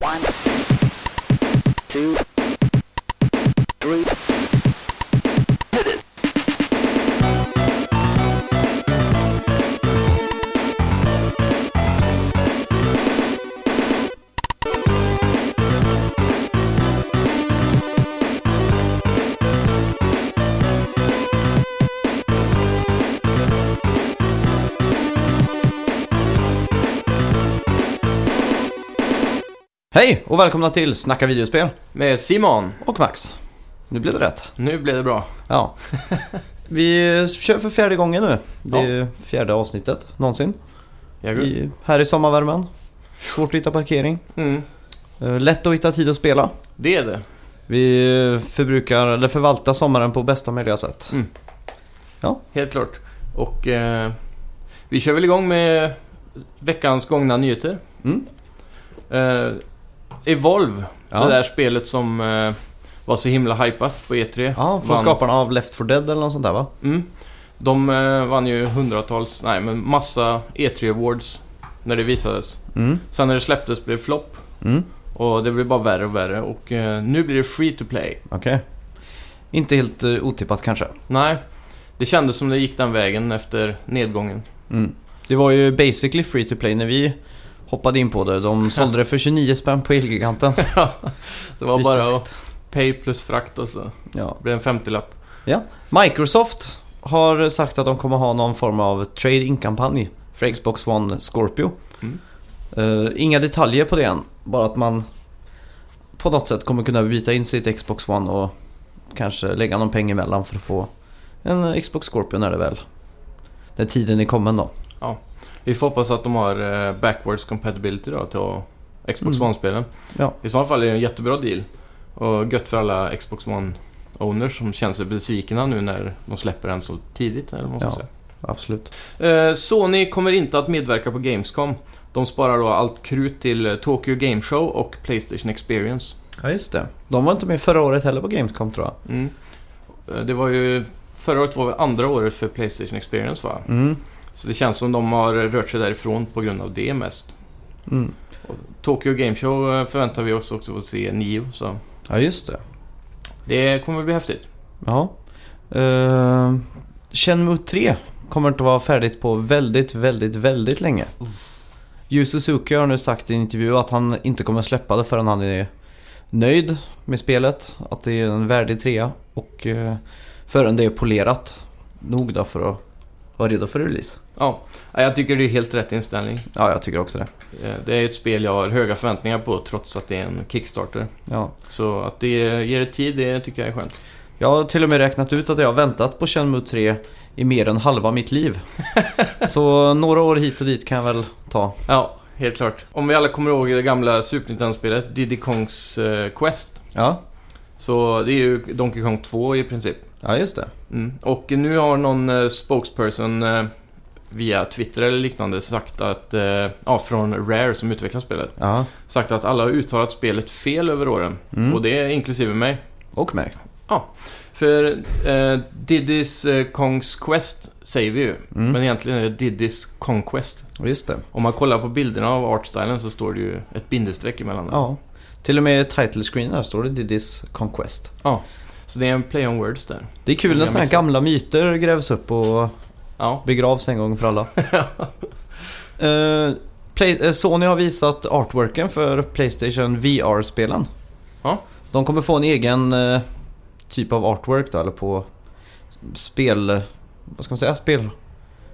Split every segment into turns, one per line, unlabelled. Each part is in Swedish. One, two, three.
Hej och välkomna till Snacka videospel
Med Simon.
och Max. Nu blev det rätt.
Nu blev det bra.
Ja. Vi eh, kör för fjärde gången nu. Det är fjärde avsnittet någonsin.
Jag...
I, här i sommarvärmen. Svårt att hitta parkering.
Mm.
Eh, Lätt att hitta tid att spela.
Det är det.
Vi eh, förbrukar, eller förvaltar sommaren på bästa möjliga sätt.
Helt klart. Och eh, vi kör väl igång med veckans gångna nyheter.
Mm.
Eh, Evolve,
Ja,
det där spelet som eh, var så himla hypat på E3.
ja från
Vann-
skaparna av Left 4 Dead eller något sånt där va?
Mm. De eh, vann ju hundratals, nej men massa E3 Awards när det visades.
Mm.
Sen när det släpptes blev det flopp
Mm.
och det blev bara värre och värre och eh, nu blir det free to play.
Okej. Inte helt eh, otippat kanske.
Nej, det kändes som det gick den vägen efter nedgången.
Mm. Det var ju basically free to play när vi hoppade in på det. De sålde det för 29 spänn på Elgiganten.
det var bara
Fysiskt.
att pay plus frakt och så
Ja.
blev det en 50-lapp.
Microsoft har sagt att de kommer ha någon form av trade-in-kampanj för Xbox One Scorpio.
Mm.
Eh, inga detaljer på det än, bara att man på något sätt kommer kunna byta in sitt Xbox One och kanske lägga någon peng emellan för att få en Xbox Scorpio när det väl... När tiden är kommen då.
Vi får hoppas att de har eh, backwards compatibility då till Xbox
Mm.
One-spelen.
Ja.
I så fall är det en jättebra deal. Och gött för alla Xbox One-owners som känner sig besvikna nu när de släpper den så tidigt. Eller vad man ska
Ja.
säga.
Absolut.
Eh, Sony kommer inte att medverka på Gamescom. De sparar då allt krut till eh, Tokyo Game Show och Playstation Experience.
Ja, just det. De var inte med förra året heller på Gamescom tror jag.
Mm. Eh, Det var ju... Förra året var väl andra året för Playstation Experience va?
Mm.
Så det känns som de har rört sig därifrån på grund av det mest.
Mm.
Tokyo Game Show eh, förväntar vi oss också få se Nio, så
Ja, just det.
det kommer bli häftigt.
Ja. Uh, Shenmue 3 kommer inte vara färdigt på väldigt, väldigt, väldigt länge. Yu Suzuki har nu sagt i en intervju att han inte kommer släppa det förrän han är nöjd med spelet. Att det är en värdig trea och eh, förrän det är polerat nog då för att vara redo för release.
Ja, nej, jag tycker det är helt rätt inställning.
Ja, jag tycker också det.
Eh, Det är ett spel jag har höga förväntningar på trots att det är en Kickstarter.
Ja.
Så att det ger det tid, det tycker jag är skönt.
Jag har till och med räknat ut att jag har väntat på Shenmue 3 i mer än halva mitt liv. Så några år hit och dit kan jag väl ta.
Ja, helt klart. Om vi alla kommer ihåg det gamla Super Nintendo-spelet Diddy Kongs eh, Quest.
Ja,
Så det är ju Donkey Kong 2 i princip.
ja just det.
Mm. Och nu har någon eh, spokesperson eh, via Twitter eller liknande sagt att, eh, ja, från Rare som utvecklar spelet,
Ja.
sagt att alla har uttalat spelet fel över åren.
Mm.
Och det är inklusive mig.
Och mig.
För eh, Diddy's eh, Kongs Quest säger vi ju,
Mm.
men egentligen är det Diddy's Conquest.
Just det.
Om man kollar på bilderna av artstylen så står det ju ett bindestreck emellan. dem.
Ja. Till och med i title screen här står det Diddy's Conquest.
Så det är en play on words där.
Det är kul när
Jag
sådana här
missade.
gamla myter grävs upp och
Ja.
begravs en gång för alla. Eh, Play- eh, Sony har visat artworken för Playstation VR-spelen.
Ja.
De kommer få en egen eh, typ av artwork då, eller på spel... Vad ska man säga? Spel...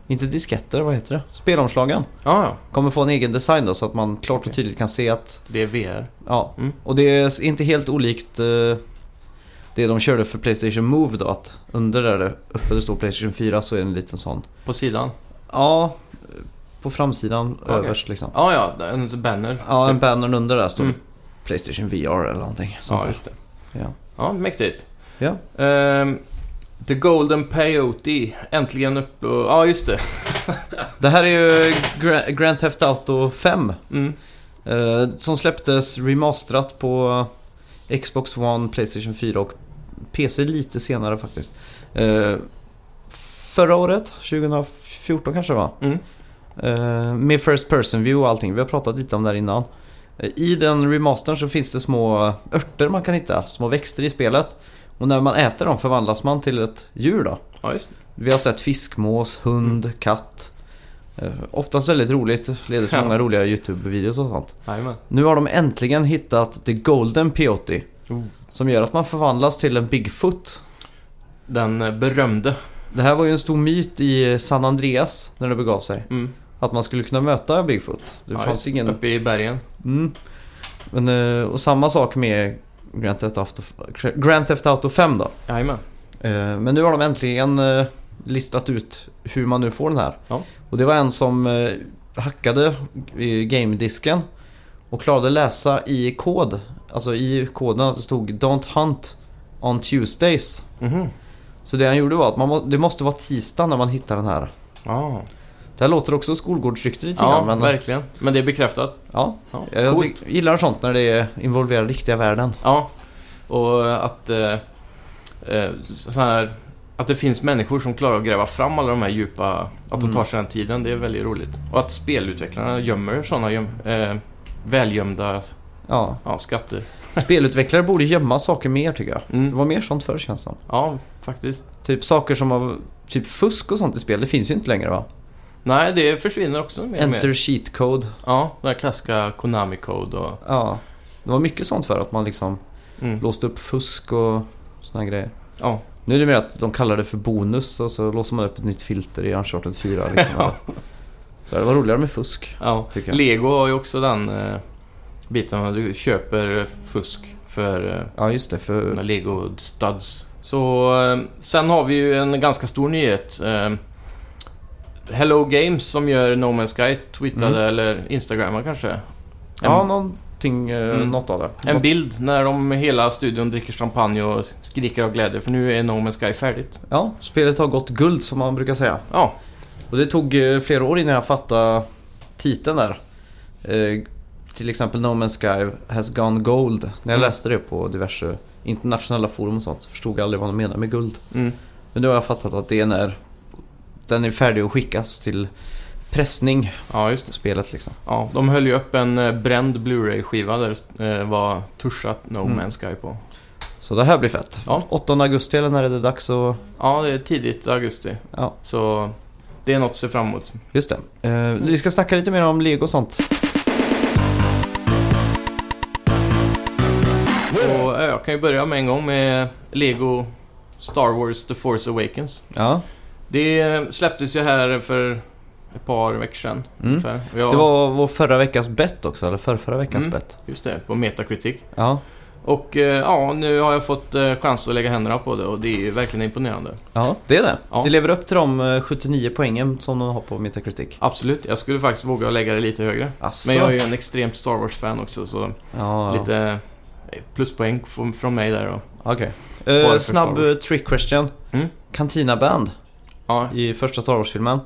Inte disketter, vad heter det? Spelomslagen.
ja, ja.
Kommer få en egen design då så att man klart och
Okej.
tydligt kan se att
Det är VR.
Ja,
Mm.
och det är inte helt olikt eh, det de körde för Playstation Move då. Att under där det uppe det står Playstation 4 så är det en liten sån.
På sidan.
Ja, på framsidan
Okej.
överst liksom.
Ja, ja. En banner.
Ja, en banner under där står
Mm.
Playstation VR eller någonting. Sånt
Ja,
där.
just det.
Ja.
Ja, mäktigt.
Ja.
Ehm, The Golden Peyote. Äntligen upplå... Ja, just det.
Det här är ju Gra- Grand Theft Auto 5.
Mm.
eh, som släpptes remasterat på Xbox One, Playstation 4 och PC lite senare faktiskt. Eh, förra året, 2014 kanske det var.
Mm.
Eh, med First Person View och allting. Vi har pratat lite om det här innan. Eh, I den remastern så finns det små örter man kan hitta, små växter i spelet. Och när man äter dem förvandlas man till ett djur då.
Ja, just
Vi har sett fiskmås, hund,
Mm.
katt. Eh, Oftast väldigt roligt, leder till
Ja.
många roliga YouTube-videos och sånt.
Jajamän.
Nu har de äntligen hittat The Golden Peyote.
Oh.
Som gör att man förvandlas till en Bigfoot.
Den eh, berömde.
Det här var ju en stor myt i San Andreas när det begav sig.
Mm.
Att man skulle kunna möta Bigfoot. Det
Ja,
fanns
just
ingen...
Uppe i bergen.
Mm. Men, eh, och samma sak med Grand Theft Auto, Grand Theft Auto 5 då.
Jajamän.
Eh, Men nu har de äntligen eh, listat ut hur man nu får den här.
Ja.
Och det var en som eh, hackade i game-disken och klarade läsa i kod, alltså i koden att det stod “Don't hunt on Tuesdays”.
Mhm.
Så det han gjorde var att man må, det måste vara tisdag när man hittar den här.
Ja,
Det här låter också skolgårdsrykte lite
ja
grann men
verkligen. Men det är bekräftat.
ja,
Ja,
jag, jag
coolt.
tyck- gillar sånt när det involverar riktiga världen.
Ja, och att, eh, eh, så här, att det finns människor som klarar att gräva fram alla de här djupa... Att de
Mm.
tar sig den tiden, det är väldigt roligt. Och att spelutvecklarna gömmer sådana göm, eh, välgömda
Ja.
ja, skatter.
Spelutvecklare borde gömma saker mer tycker jag. Det
Mm.
var mer sånt förr känns det som.
Ja, faktiskt.
Typ saker som av typ fusk och sånt i spel, det finns ju inte längre va?
Nej, det försvinner också mer och mer.
Enter cheat code.
Ja, den här klassiska Konami Code och...
Ja. Det var mycket sånt förr att man liksom
Mm.
låste upp fusk och såna här grejer.
Ja,
Nu är det mer att de kallar det för bonus och så låser man upp ett nytt filter i Uncharted 4 liksom.
Ja.
Så det var roligare med fusk.
ja.
Tycker jag.
Lego har ju också den eh, biten när du köper fusk för... Eh,
Ja just det, för...
Med Lego Studs. Så eh, sen har vi ju en ganska stor nyhet. Eh, Hello Games som gör No Man's Sky twittrade, eller instagrammade kanske. En,
Ja, någonting, eh,
Mm.
något av det.
en
Något-
bild när de hela studion dricker champagne och skriker av glädje för nu är No Man's Sky färdigt.
Ja, spelet har gått guld som man brukar säga.
Ja,
Och det tog eh, flera år innan jag fattade titeln där. Eh, till exempel No Man's Sky has gone gold. När jag
Mm.
läste det på diverse internationella forum och sånt så förstod jag aldrig vad de menar med guld.
mm,
Men nu har jag fattat att det är när den är färdig att skickas till pressning,
ja just det.
spelet liksom.
Ja, de höll ju upp en eh, bränd Blu-ray-skiva där det eh, var tuschat No
Mm.
Man's Sky på.
Så det här blir fett.
Ja.
8 augusti eller när är det dags att...
Ja, det är tidigt augusti.
Ja.
Så det är något att se fram emot.
Just det. Eh, Vi ska snacka lite mer om lego och sånt.
Och eh, jag kan ju börja med en gång med Lego Star Wars The Force Awakens.
Ja.
Det eh, släpptes ju här för ett par veckor sedan
Mm.
ungefär. Och jag,
Det var vår förra veckas bett också, eller förra, förra veckans
Mm.
bett.
Just det, på Metacritic.
Ja.
Och eh, ja, nu har jag fått eh, chans att lägga händerna på det och det är ju verkligen imponerande.
ja, det är det.
Ja.
Det lever upp till de eh, 79 poängen som de har på Metacritic.
Absolut, jag skulle faktiskt våga lägga det lite högre.
Asså.
Men jag är ju en extremt Star Wars-fan också så
Ja, ja.
lite eh, pluspoäng från, från mig där då.
okej.
Bara
Eh,
för
snabb
Star Wars.
eh, trick question.
Mm.
Cantina Band
Ja,
i första Star Wars-filmen.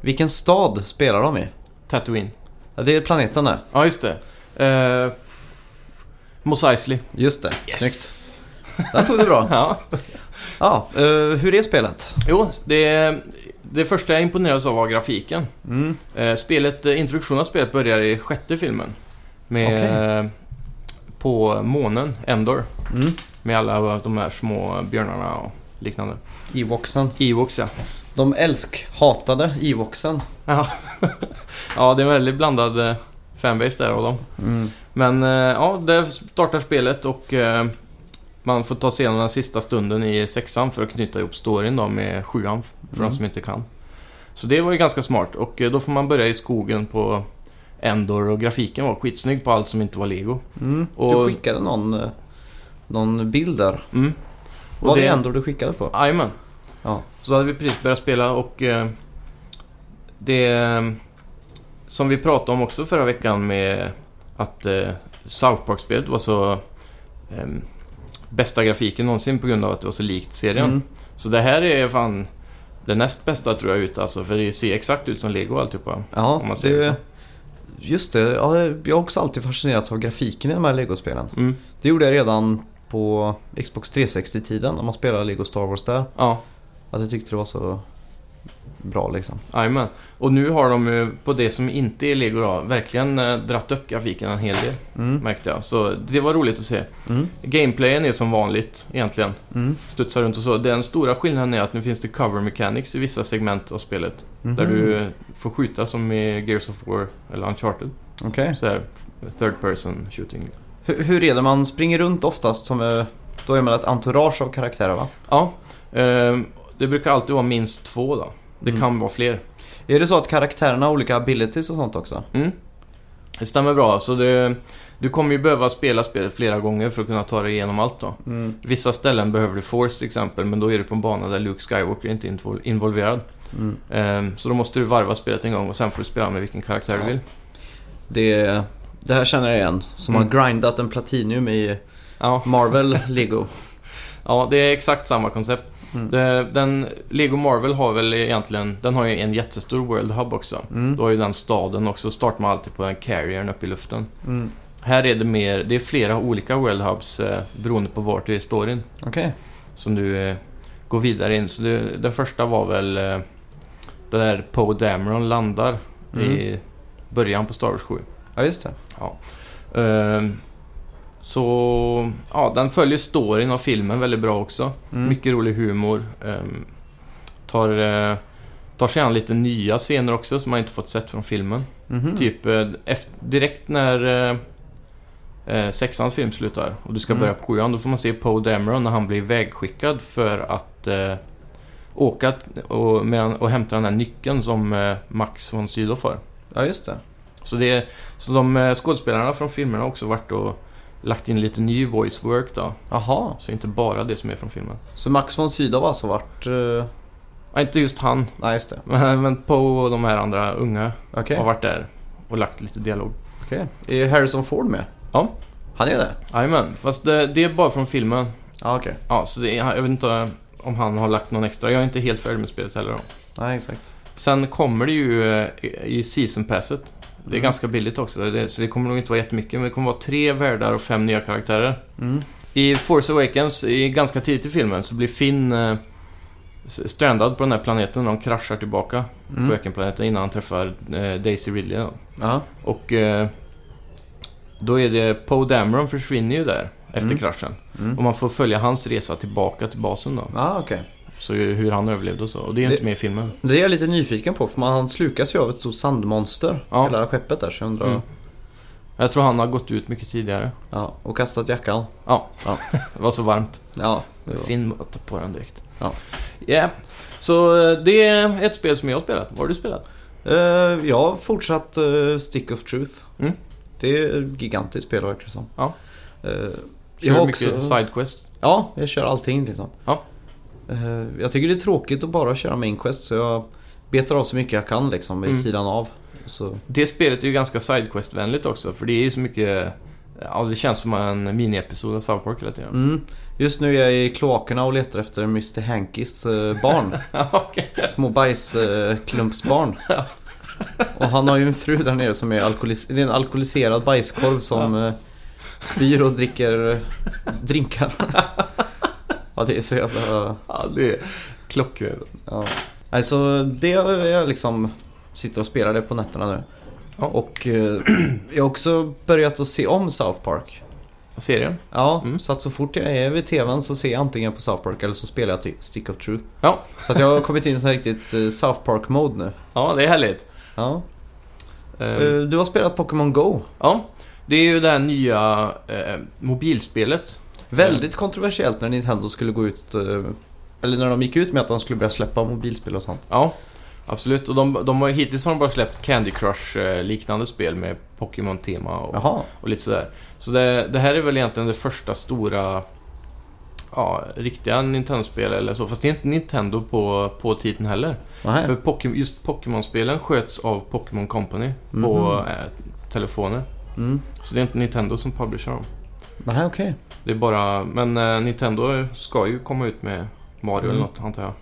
Vilken stad spelar de i?
Tatooine.
Ja, det är planeten där.
Ja, just det. Eh, Mos Eisley.
Just det. Där tog du bra.
Ja.
Ja, eh, hur är spelet?
Jo, det, det första jag imponerades av var grafiken.
Mm.
Eh, spelet, eh, introduktionen av spelet börjar i sjätte filmen. Med,
Okej.
eh, på månen, Endor.
Mm.
Med alla de här små björnarna och liknande.
Ewoxen.
Ewoks ja.
De älsk-hatade Ewoxen.
Ja. ja, det är en väldigt blandad eh, fanbase där av dem.
Mm.
Men eh, ja, där startar spelet och eh, man får ta sig igenom den sista stunden i sexan för att knyta ihop storyn då med sjuan för
Mm.
de som inte kan. Så det var ju ganska smart och eh, då får man börja i skogen på Endor och grafiken var skitsnygg på allt som inte var lego.
Mm.
Och-
Du skickade någon, eh, någon bild där.
Mm. Och
Var det ändå du skickade på?
Jajamän.
Ja.
Så hade vi precis börjat spela och eh, det eh, som vi pratade om också förra veckan med att eh, South Park-spelet var så eh, bästa grafiken någonsin på grund av att det var så likt serien.
Mm.
Så det här är fan det näst bästa tror jag ut alltså, för det ser exakt ut som Lego och alltihopa.
Ja,
Om man säger
det,
så.
just det. Ja, det- jag har också alltid fascinerats av grafiken i de här Lego-spelen.
Mm.
Det gjorde jag redan på Xbox 360-tiden när man spelade Lego Star Wars där.
Ja,
Att jag tyckte det var så bra liksom.
Jajamän. Och nu har de ju på det som inte är Lego då, verkligen eh, dratt upp grafiken en hel del,
Mm.
märkte jag. Så det var roligt att se.
Mm.
Gameplayen är som vanligt, egentligen.
Mm.
Studsar runt och så. Den stora skillnaden är att nu finns det cover mechanics i vissa segment av spelet. Där
Mhm.
du eh, får skjuta som i Gears of War eller Uncharted.
Okej.
Så här, third person shooting.
Hur, hur är det? Man springer runt oftast som... eh, Då är man ett entourage av karaktärer va?
Ja, ehm, det brukar alltid vara minst två då. Det
Mm.
kan vara fler.
Är det så att karaktärerna har olika abilities och sånt också?
Mm. Det stämmer bra. Så det, du kommer ju behöva spela spelet flera gånger för att kunna ta dig igenom allt då.
Mm.
Vissa ställen behöver du Force till exempel, men då är du på en bana där Luke Skywalker inte är invol- involverad.
Mm.
Ehm, så då måste du varva spelet en gång och sen får du spela med vilken karaktär
Ja.
du vill.
Det, det här känner jag igen. Som
Mm.
har grindat en Platinium i
Ja,
Marvel Lego.
ja, det är exakt samma koncept.
Mm.
Det, den, Lego Marvel har väl egentligen, den har ju en jättestor World Hub också.
Mm.
Då har ju den staden också, startar man alltid på den carriern uppe i luften.
Mm.
Här är det mer, det är flera olika World Hubs eh, beroende på vart du är i storyn.
Okej.
som du eh, går vidare in. Så det, den första var väl eh, det där Poe Dameron landar i början på Star Wars 7.
Mm. Ja, just det.
Ehm, så ja, den följer storyn av filmen väldigt bra också.
Mm.
Mycket rolig humor. Ehm, tar, eh, tar sig an lite nya scener också som man inte fått sett från filmen.
Mhm.
Typ eh, eft- direkt när eh, eh, sexans film slutar och du ska
Mm.
börja på sjuan, då får man se Poe Dameron när han blir vägskickad för att eh, åka t- och, med, och hämta den här nyckeln som eh, Max von Sydow har.
Ja, just det.
Så, det, så de eh, skådespelarna från filmerna har också varit och lagt in lite ny voice work då.
Jaha.
Så inte bara det som är från filmen.
Så Max von Sydow har alltså varit... eh,
Ja, inte just han,
Nej, just det.
men, men Poe och de här andra unga
Okej.
har varit där och lagt lite dialog.
Okej. Är Harrison Ford med?
Ja.
Han är det?
Jajamän, fast det, det är bara från filmen.
Ja, okej.
Ja, så det, jag vet inte om han har lagt någon extra. Jag är inte helt färdig med spelet heller. Då.
Nej, exakt.
Sen kommer det ju eh, i season passet. Det är
Mm.
ganska billigt också, det, så det kommer nog inte vara jättemycket. Men det kommer vara tre världar och fem nya karaktärer.
Mm.
I Force Awakens, i ganska tidigt i filmen, så blir Finn eh, s- strandad på den här planeten när de kraschar tillbaka på
Mm.
ökenplaneten innan han träffar eh, Daisy Ridley. Då.
Ja.
Och eh, då är det Poe Dameron försvinner ju där efter
Mm.
kraschen.
Mm.
Och man får följa hans resa tillbaka till basen då.
Ja, okej.
Så ju- hur han överlevde och så. Och det är ju
Det-
inte med i filmen.
Det är jag lite nyfiken på för man han slukas ju av ett stort sandmonster.
Ja.
Hela skeppet där så jag undrar.
Mm. Jag tror han har gått ut mycket tidigare.
Ja, och kastat jackan.
Det var så varmt.
Ja. det var-
Finn bara tar på den direkt.
Ja.
Yeah. Så eh, det är ett spel som jag har spelat. Vad har du spelat?
Eh, jag har fortsatt eh, Stick of Truth.
Mm.
Det är ett gigantiskt spel verkar det som.
Ja.
Eh,
Kör
har
mycket Sidequest?
Ja, jag kör allting liksom.
Ja.
Eh, jag tycker det är tråkigt att bara köra main quest så jag betar av så mycket jag kan liksom vid
Mm.
sidan av. Så,
Det spelet är ju ganska Sidequest-vänligt också. För det är ju så mycket... eh, Ja, det känns som en miniepisod av South Park hela tiden.
mm. Just nu är jag i kloakerna och letar efter Mr Hankys eh, barn.
Mm. Okej.
Små bajsklumpsbarn. Och han har ju en fru där nere som är, alkoholis- det är en alkoholiserad bajskorv som eh, spyr och dricker eh, drinkar. ja, det är så jävla...
Ja, det är klockrent.
Ja. Alltså, det är jag liksom sitter och spelar det på nätterna nu.
Ja.
Och eh, jag har också börjat att se om South Park.
Serien?
Ja,
Mm.
så att så fort jag är vid TVn så ser jag antingen på South Park eller så spelar jag till Stick of Truth.
Ja.
Så att jag har kommit in i sån här riktigt eh, South Park-mode nu.
Ja, det är härligt.
Ja.
Ehm,
Eh, Du har spelat Pokémon Go.
Ja, det är ju det här nya eh, mobilspelet.
Väldigt kontroversiellt när Nintendo skulle gå ut eh, eller när de gick ut med att de skulle börja släppa mobilspel och sånt.
Ja, absolut. Och de, de har, hittills har de bara släppt Candy Crush-liknande spel med Pokémon-tema och,
Jaha.
och lite sådär. Så det, det här är väl egentligen det första stora ja, riktiga Nintendo-spel eller så. Fast det är inte Nintendo på, på titeln heller.
Nej.
För Pokémon- just Pokémon-spelen sköts av Pokémon Company på
Mhm.
eh, telefoner.
Mm.
Så det är inte Nintendo som publicerar dem.
Nej, okej.
Det är bara... Men eh, Nintendo ska ju komma ut med Mario
Mm.
eller något antar jag.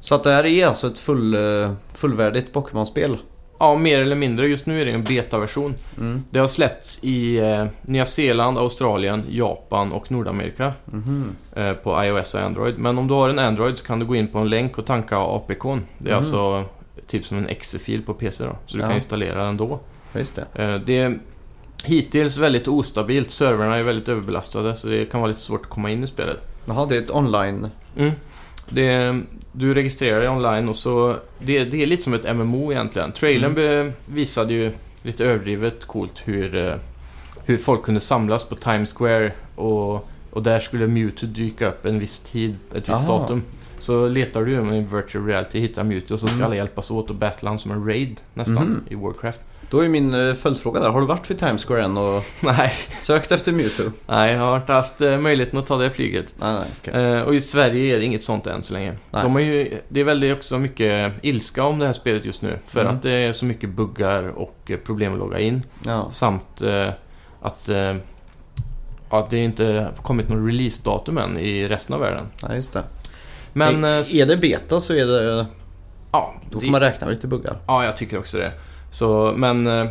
Så att det här är alltså ett full, eh, fullvärdigt Pokémon-spel?
Ja, mer eller mindre. Just nu är det en betaversion.
Mm.
Det har släppts i eh, Nya Zeeland, Australien, Japan och Nordamerika
Mhm.
eh, på iOS och Android. Men om du har en Android så kan du gå in på en länk och tanka APK'n. Det är
Mhm.
alltså typ som en exe-fil på PC då, så du
Ja.
kan installera den då.
Ja, Just det.
Eh, Det är hittills väldigt ostabilt. Servrarna är väldigt överbelastade så det kan vara lite svårt att komma in i spelet.
Jaha, det är ett online...
Mm. Det, du registrerar dig online och så... Det, det är lite som ett MMO egentligen. Trailern
Mm.
be, visade ju lite överdrivet coolt hur, eh, hur folk kunde samlas på Times Square och, och där skulle Mewtwo dyka upp en viss tid, ett visst
Aha.
datum. Så letar du med virtual reality, hittar Mewtwo och så ska
Mm.
alla hjälpas åt och battla han som en raid nästan
Mhm.
i Warcraft.
Då är min eh, följdfråga där. Har du varit vid Times Square än och
Nej,
sökt efter Mewtwo?
Nej, jag har inte haft eh, möjligheten att ta det flyget.
Nej, nej. okej.
Eh, och i Sverige är det inget sånt än så länge.
Nej.
De har ju, det är väldigt också mycket ilska om det här spelet just nu. För
Mm.
att det är så mycket buggar och eh, problem att logga in.
Ja.
Samt eh, att, eh, att det inte har kommit någon release-datum än i resten av världen.
ja, just det.
Men eh,
är, är det beta så är det...
ja,
Då
det-
får man räkna med lite buggar.
ja, jag tycker också det. Så, men eh,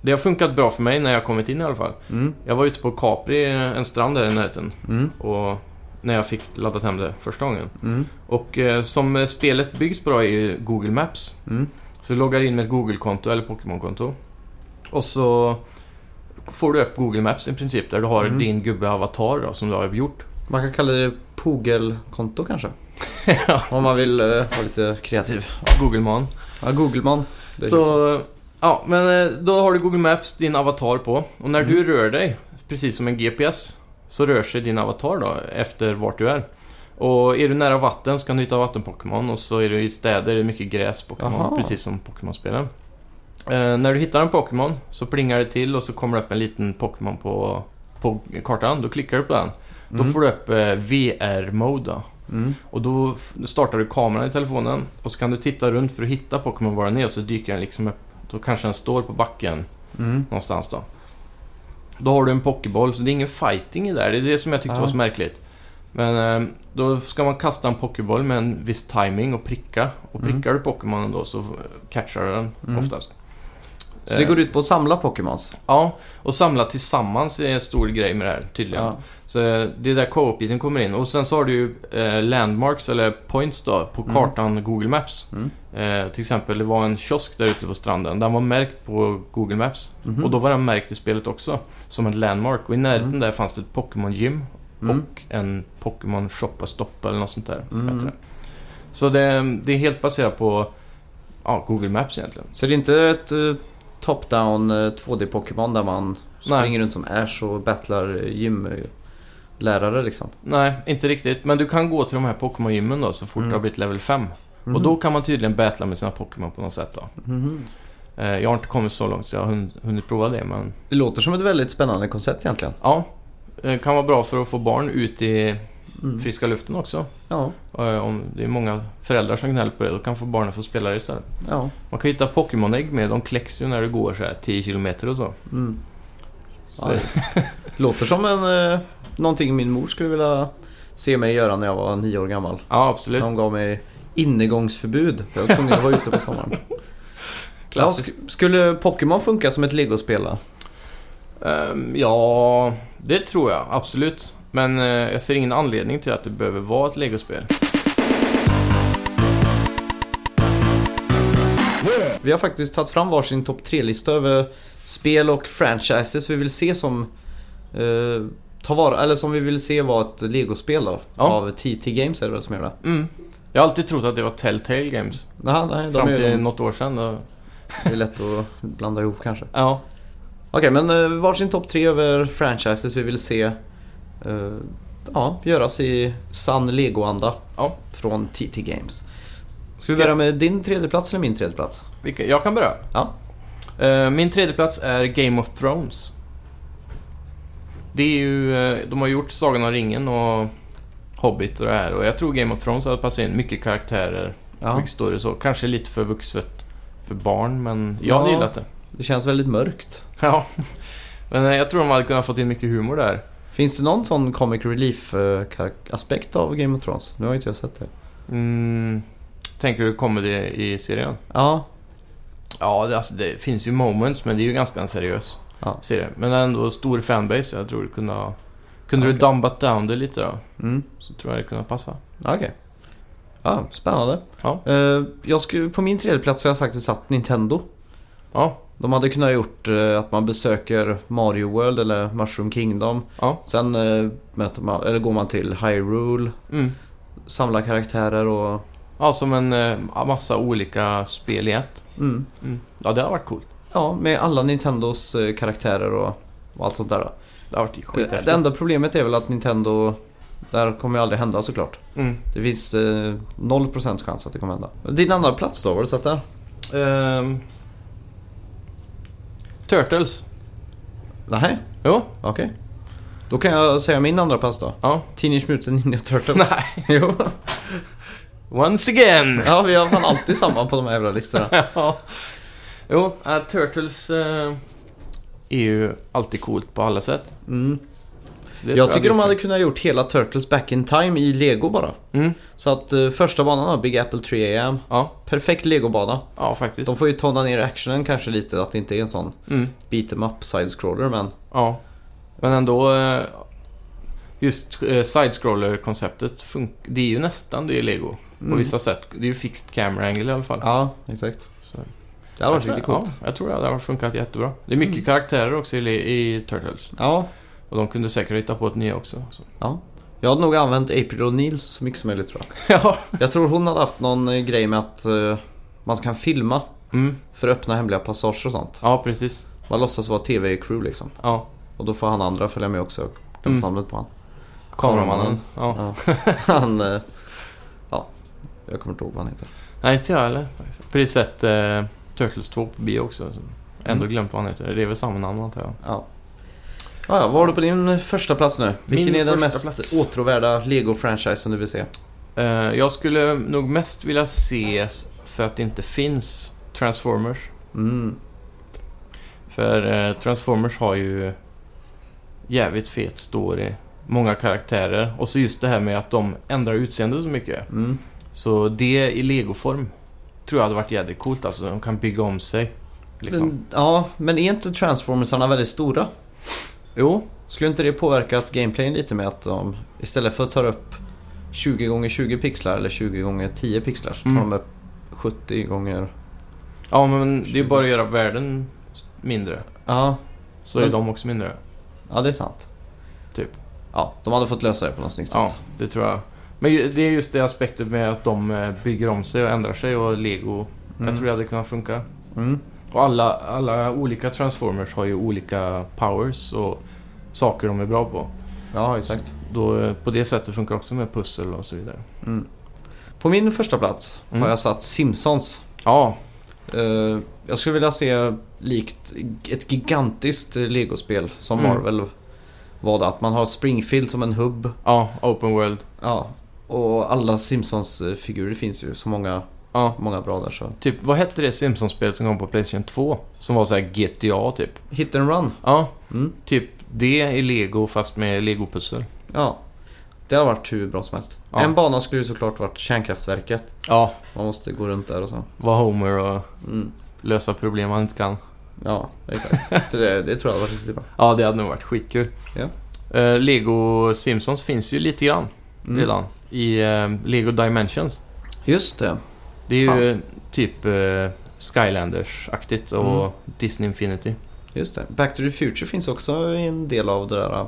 det har funkat bra för mig när jag har kommit in i alla fall.
Mm.
Jag var ute på Capri, eh, en strand där i närheten.
Mm.
Och när jag fick laddat hem det första gången.
Mm.
Och eh, som eh, spelet byggs bra i ju Google Maps.
Mm.
Så du loggar in med ett Google-konto eller Pokémon-konto. Och så får du upp Google Maps i princip där du har
Mm.
din gubbe-avatar då, som du har gjort.
Man kan kalla det Pogel-konto kanske.
Ja,
Om man vill eh, vara lite kreativ.
Google-man.
Ja, Googleman. Det är-
Så, eh, ja, men eh, då har du Google Maps, din avatar på. Och när
Mm.
du rör dig, precis som en GPS, så rör sig din avatar då efter vart du är. Och är du nära vatten så kan du hitta vatten-Pokémon och så är du i städer, det är mycket
Aha.
gräs-Pokémon, precis som Pokémon-spelen. Eh, när du hittar en Pokémon så plingar det till och så kommer det upp en liten Pokémon på, på kartan. Då klickar du på den. Då
Mm.
får du upp eh, VR-mode då.
Mm.
Och då f- startar du kameran i telefonen och så kan du titta runt för att hitta Pokémon var den är och så dyker den liksom upp. Då kanske den står på backen
Mm.
någonstans då. Då har du en Pokéboll, så det är ingen fighting i där. Det är det som jag tyckte
Ja.
var så märkligt. Men eh, då ska man kasta en Pokéboll med en viss timing och pricka. Och
Mm.
prickar du Pokémonen då så eh, catchar du den
Mm.
oftast.
Så det
Eh,
går ut på att samla Pokémons?
Ja, och samla tillsammans är en stor grej med det här tydligen.
Ja.
Så eh, det är där co-op-biten kommer in. Och sen så har du ju eh, landmarks eller points då på
Mm.
kartan Google Maps.
Mm.
Eh, till exempel, det var en kiosk där ute på stranden. Den var märkt på Google Maps.
Mhm.
Och då var den märkt i spelet också. Som ett landmark. Och i närheten
Mm.
där fanns det ett Pokémon Gym.
Mm.
Och en Pokémon Shop och Stoppa eller något sånt där.
Mm.
heter det. Så det, det är helt baserat på ja, Google Maps egentligen.
Så det är inte ett eh, top-down eh, 2D-Pokémon där man springer runt som Ash och battlar eh, gymlärare liksom?
Nej, inte riktigt. Men du kan gå till de här Pokémon-gymmen då så fort
Mm.
du har blivit level 5.
Mhm.
Och då kan man tydligen battla med sina Pokémon på något sätt då.
Mhm.
Eh, Jag har inte kommit så långt så jag har hun- hunnit prova det men
Det låter som ett väldigt spännande koncept egentligen.
ja. eh, Kan vara bra för att få barn ut i
Mm.
friska luften också.
Ja,
Eh, Om det är många föräldrar som gnäller på det, då kan få barnen få spela det istället.
ja.
Man kan hitta Pokémon-ägg med, de kläcks ju när du går så här 10 kilometer och så.
Mm.
Så
Ja,
det-
det låter som en, eh, någonting min mor skulle vilja se mig göra när jag var nio år gammal.
Ja, absolut.
De gav mig innergångsförbud. för Jag var tvungen att vara ute på sommaren. Ja,
Klassiskt.
sk- skulle Pokémon funka som ett legospel? då?
Ehm, Ja, det tror jag absolut. Men eh, jag ser ingen anledning till att det behöver vara ett legospel.
Vi har faktiskt tagit fram varsin topp 3-lista över spel och franchises vi vill se som eh, ta vara, eller som vi vill se var ett legospel då.
Ja.
Av TT Games är det väl som gör det?
Mm. Jag har alltid trott att det var Telltale Games.
Nej, nej, de
Fram
är,
till
de
något år sedan. Då.
är lätt att blanda ihop kanske.
Ja.
Okej, men eh, varsin topp tre över franchises vi vill se eh, ja, göras i sann Lego-anda
Ja.
från TT Games. Ska
Ska-
vi börja med din tredjeplats eller min tredjeplats?
Vilka? Jag kan börja.
Ja.
Eh, Min tredje plats är Game of Thrones. Det är ju, eh, de har gjort Sagan om ringen och Hobbit och det här och jag tror Game of Thrones hade passat in. Mycket karaktärer,
ja.
mycket story och så. Kanske lite för vuxet för barn men jag hade
Ja.
gillat det.
Det känns väldigt mörkt.
Ja. Men eh, jag tror de hade kunnat fått in mycket humor där.
Finns det någon sån comic relief-aspekt av Game of Thrones? Nu har inte jag sett det.
Mm. Tänker du comedy i serien?
Ja,
Ja, det, alltså, det finns ju moments, men det är ju ganska en seriös
Ja.
serie. Men ändå stor fanbase. Jag tror det kunde ha... Kunde du
Okej.
dumbat down det lite då?
Mm.
Så tror jag det kunde passa.
Okej. Ja, spännande.
Ja.
Eh, jag skulle, på min tredje plats har jag faktiskt satt Nintendo.
Ja,
De hade kunnat gjort eh, att man besöker Mario World eller Mushroom Kingdom.
ja.
Sen eh, möter man, eller går man till Hyrule,
Mm.
samlar karaktärer och...
Ja, som en eh, massa olika spel i ett.
Mm.
Mm. Ja, det har varit coolt.
Ja, med alla Nintendos eh, karaktärer och, och allt sånt där. Då.
Det har varit
Eh, Det
skithäftigt.
enda problemet är väl att Nintendo... Det här kommer ju aldrig hända såklart.
Mm.
Det finns eh, 0% chans att det kommer hända. Din andra plats då, vad har du satt där?
Ehm. Turtles.
Nej,
Jo.
okej. Då kan jag säga min andra plats då.
Ja.
Teenage Mutant Ninja Turtles.
Nej.
jo.
Once again!
Ja, vi har fan alltid samma på de här jävla listorna.
ja. Jo, eh, Turtles eh, är ju alltid coolt på alla sätt.
Mm.
Så det tror
Jag tycker de
det är
hade
kul.
kunnat gjort hela Turtles Back in Time i Lego bara.
Mm.
Så att eh, första banan har Big Apple 3 AM.
Ja,
Perfekt Lego-bana.
ja faktiskt.
De får ju tona ner actionen kanske lite, att det inte är en sån
Mm.
beat em up side-scroller men...
Ja. Men ändå... eh, Just eh, side-scroller-konceptet fun- Det är ju nästan det i Lego. På vissa sätt. Det är ju fixed camera angle i alla fall.
Mm. Ja, exakt.
Så.
Det hade varit
Jag tror-
riktigt coolt.
Ja, jag tror det hade funkat jättebra. Det är mycket
Mm.
karaktärer också i, i Turtles.
Ja.
Och de kunde säkert hitta på ett nya också. Så.
ja. Jag hade nog använt April O'Neill så mycket som möjligt tror jag.
ja.
Jag tror hon hade haft någon eh, grej med att eh, man kan filma
Mm.
för att öppna hemliga passager och sånt.
ja, precis.
Man låtsas vara TV-crew liksom.
Ja.
Och då får han andra följa med också. Jag har glömt
Mm.
namnet på han.
Kameramannen. Ja.
Ja. Han... eh, Ja. Jag kommer inte ihåg vad han heter.
Nej, inte jag heller. Precis sett eh, Turtles 2 på bio också. Så. Ändå
Mm.
glömt vad han heter. Det är väl samma namn antar jag.
Ja. Ja, ja, vad har du på din första plats nu? Vilken
Min
är den
första
mest
plats.
åtråvärda Lego-franchisen du vill se?
Eh, jag skulle nog mest vilja se, för att det inte finns, Transformers.
Mm.
För eh, Transformers har ju jävligt fet story, många karaktärer och så just det här med att de ändrar utseende så mycket.
Mm.
Så det i legoform tror jag hade varit jädrigt coolt alltså. De kan bygga om sig. Liksom.
Men, ja, men är inte Transformersarna väldigt stora?
Jo,
Skulle inte det påverkat gameplayen lite med att de istället för att ta upp 20 gånger 20 pixlar eller 20 gånger 10 pixlar så tar
Mm.
de upp 70 gånger...
ja men det är bara att göra världen mindre.
Ja,
Så är
Men-
de också mindre.
ja det är sant.
Typ.
Ja, de hade fått lösa det på något snyggt
Ja,
sätt.
det tror jag. Men ju- det är just det aspektet med att de eh, bygger om sig och ändrar sig och lego. Jag
Mm.
tror det hade kunnat funka.
Mm.
Och alla, alla olika transformers har ju olika powers och saker de är bra på.
Ja, exakt.
Då, eh, på det sättet funkar också med pussel och så vidare.
Mm. På min första plats
Mm.
har jag satt Simpsons.
Ja,
Eh, jag skulle vilja se likt ett gigantiskt eh, legospel som
Mm.
Marvel var det. Att man har Springfield som en hubb.
ja, open world.
Ja. Och alla Simpsons-figurer finns ju. Så många,
Ja.
många bra där så.
Typ, vad hette det Simpsons-spel som kom på Playstation 2? Som var så här GTA typ.
Hit and run.
Ja,
Mm.
typ det i lego fast med legopussel.
Ja. Det har varit hur bra som helst.
Ja.
En bana skulle ju såklart varit kärnkraftverket.
Ja,
Man måste gå runt där och så.
var Homer och
Mm.
lösa problem man inte kan.
Ja, exakt. Så det, det tror jag har varit riktigt bra.
Ja, det hade nog varit skitkul.
Ja.
Eh, lego Simpsons finns ju lite grann
Mm.
redan i eh, Lego Dimensions.
Just det.
Det är ju typ eh, Skylanders-aktigt och
Mm.
Disney Infinity.
Just det. Back to the Future finns också i en del av det där.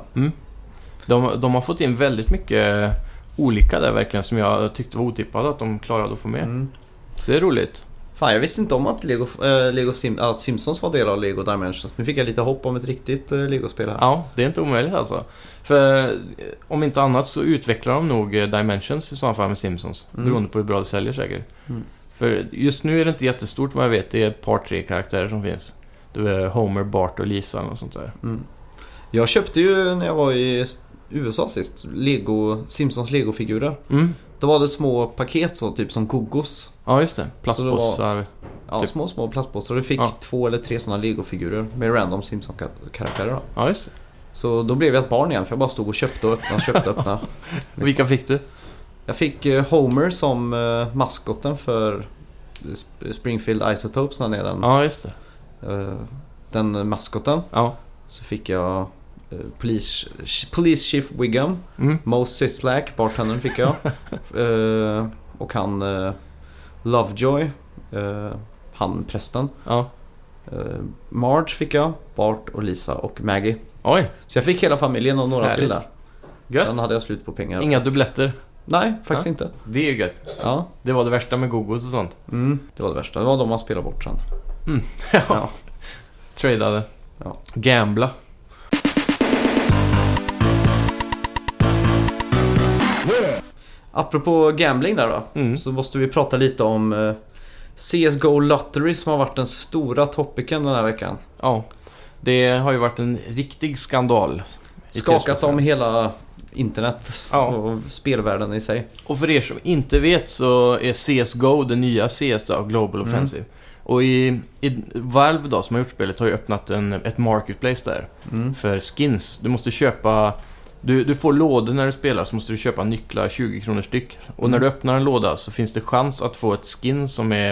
De, de har fått in väldigt mycket olika där verkligen som jag tyckte var otippat att de klarade att få med.
Mm.
Så det är roligt.
Fan, jag visste inte om att Lego, eh, Lego Sim, att Simpsons var del av Lego Dimensions. Nu fick jag lite hopp om ett riktigt eh, Lego-spel här.
Ja, det är inte omöjligt alltså. För eh, om inte annat så utvecklar de nog eh, Dimensions i så fall med Simpsons.
Mm.
Beroende på hur bra det säljer säkert.
Mm.
För just nu är det inte jättestort vad jag vet. Det är ett par tre karaktärer som finns. Det är Homer, Bart och Lisa och sånt där.
Mm. Jag köpte ju när jag var i USA sist, Lego, Simpsons Lego-figurer.
Mm.
Då var det små paket så, typ som Gogos.
Ja, just det.
Så det var-
Plastpåsar.
Ja,
Typ.
små, små plastpåsar. Du fick
Ja.
två eller tre sådana Lego-figurer med random Simpsons-karaktärer då.
Ja, just det.
Så då blev jag ett barn igen, för jag bara stod och köpte och öppnade, köpte och öppnade. Mm.
Vilka fick du?
Jag fick eh, Homer som eh, maskoten för Sp- Springfield Isotopes när nere. den,
Ja, just det.
eh, den maskoten.
Ja.
Så fick jag eh, Police, police Chief Wiggum,
Mm.
Mos Sislak, bartendern fick jag. Eh, och han eh, Lovejoy, eh, han prästen.
Ja.
Eh, Marge fick jag, Bart och Lisa och Maggie.
Oj,
Så jag fick hela familjen och några till där.
Härligt. gött.
Sen hade jag slut på pengar.
Inga dubbletter.
Nej, faktiskt inte.
Det är ju gött.
Ja.
Det var det värsta med gogos och sånt.
Mm, det var det värsta. Det var de man spelade bort sen. Ja.
ja. Tradeade.
Ja.
Gambla.
Apropå gambling där då.
Mm.
Så måste vi prata lite om eh, CSGO Lottery som har varit den stora topicen den här veckan.
Ja. Det har ju varit en riktig skandal. i
Skakat
tillståndsvärlden.
om hela internet
Ja.
och spelvärlden i sig.
Och för er som inte vet så är CSGO, det nya CS då, Global
Mm.
Offensive. Och i, i Valve då, som har gjort spelet, har ju öppnat en, ett marketplace där.
Mm.
för skins. Du måste köpa... Du, du får lådor när du spelar, så måste du köpa nycklar 20 kronor styck. Och när
Mm.
du öppnar en låda så finns det chans att få ett skin som är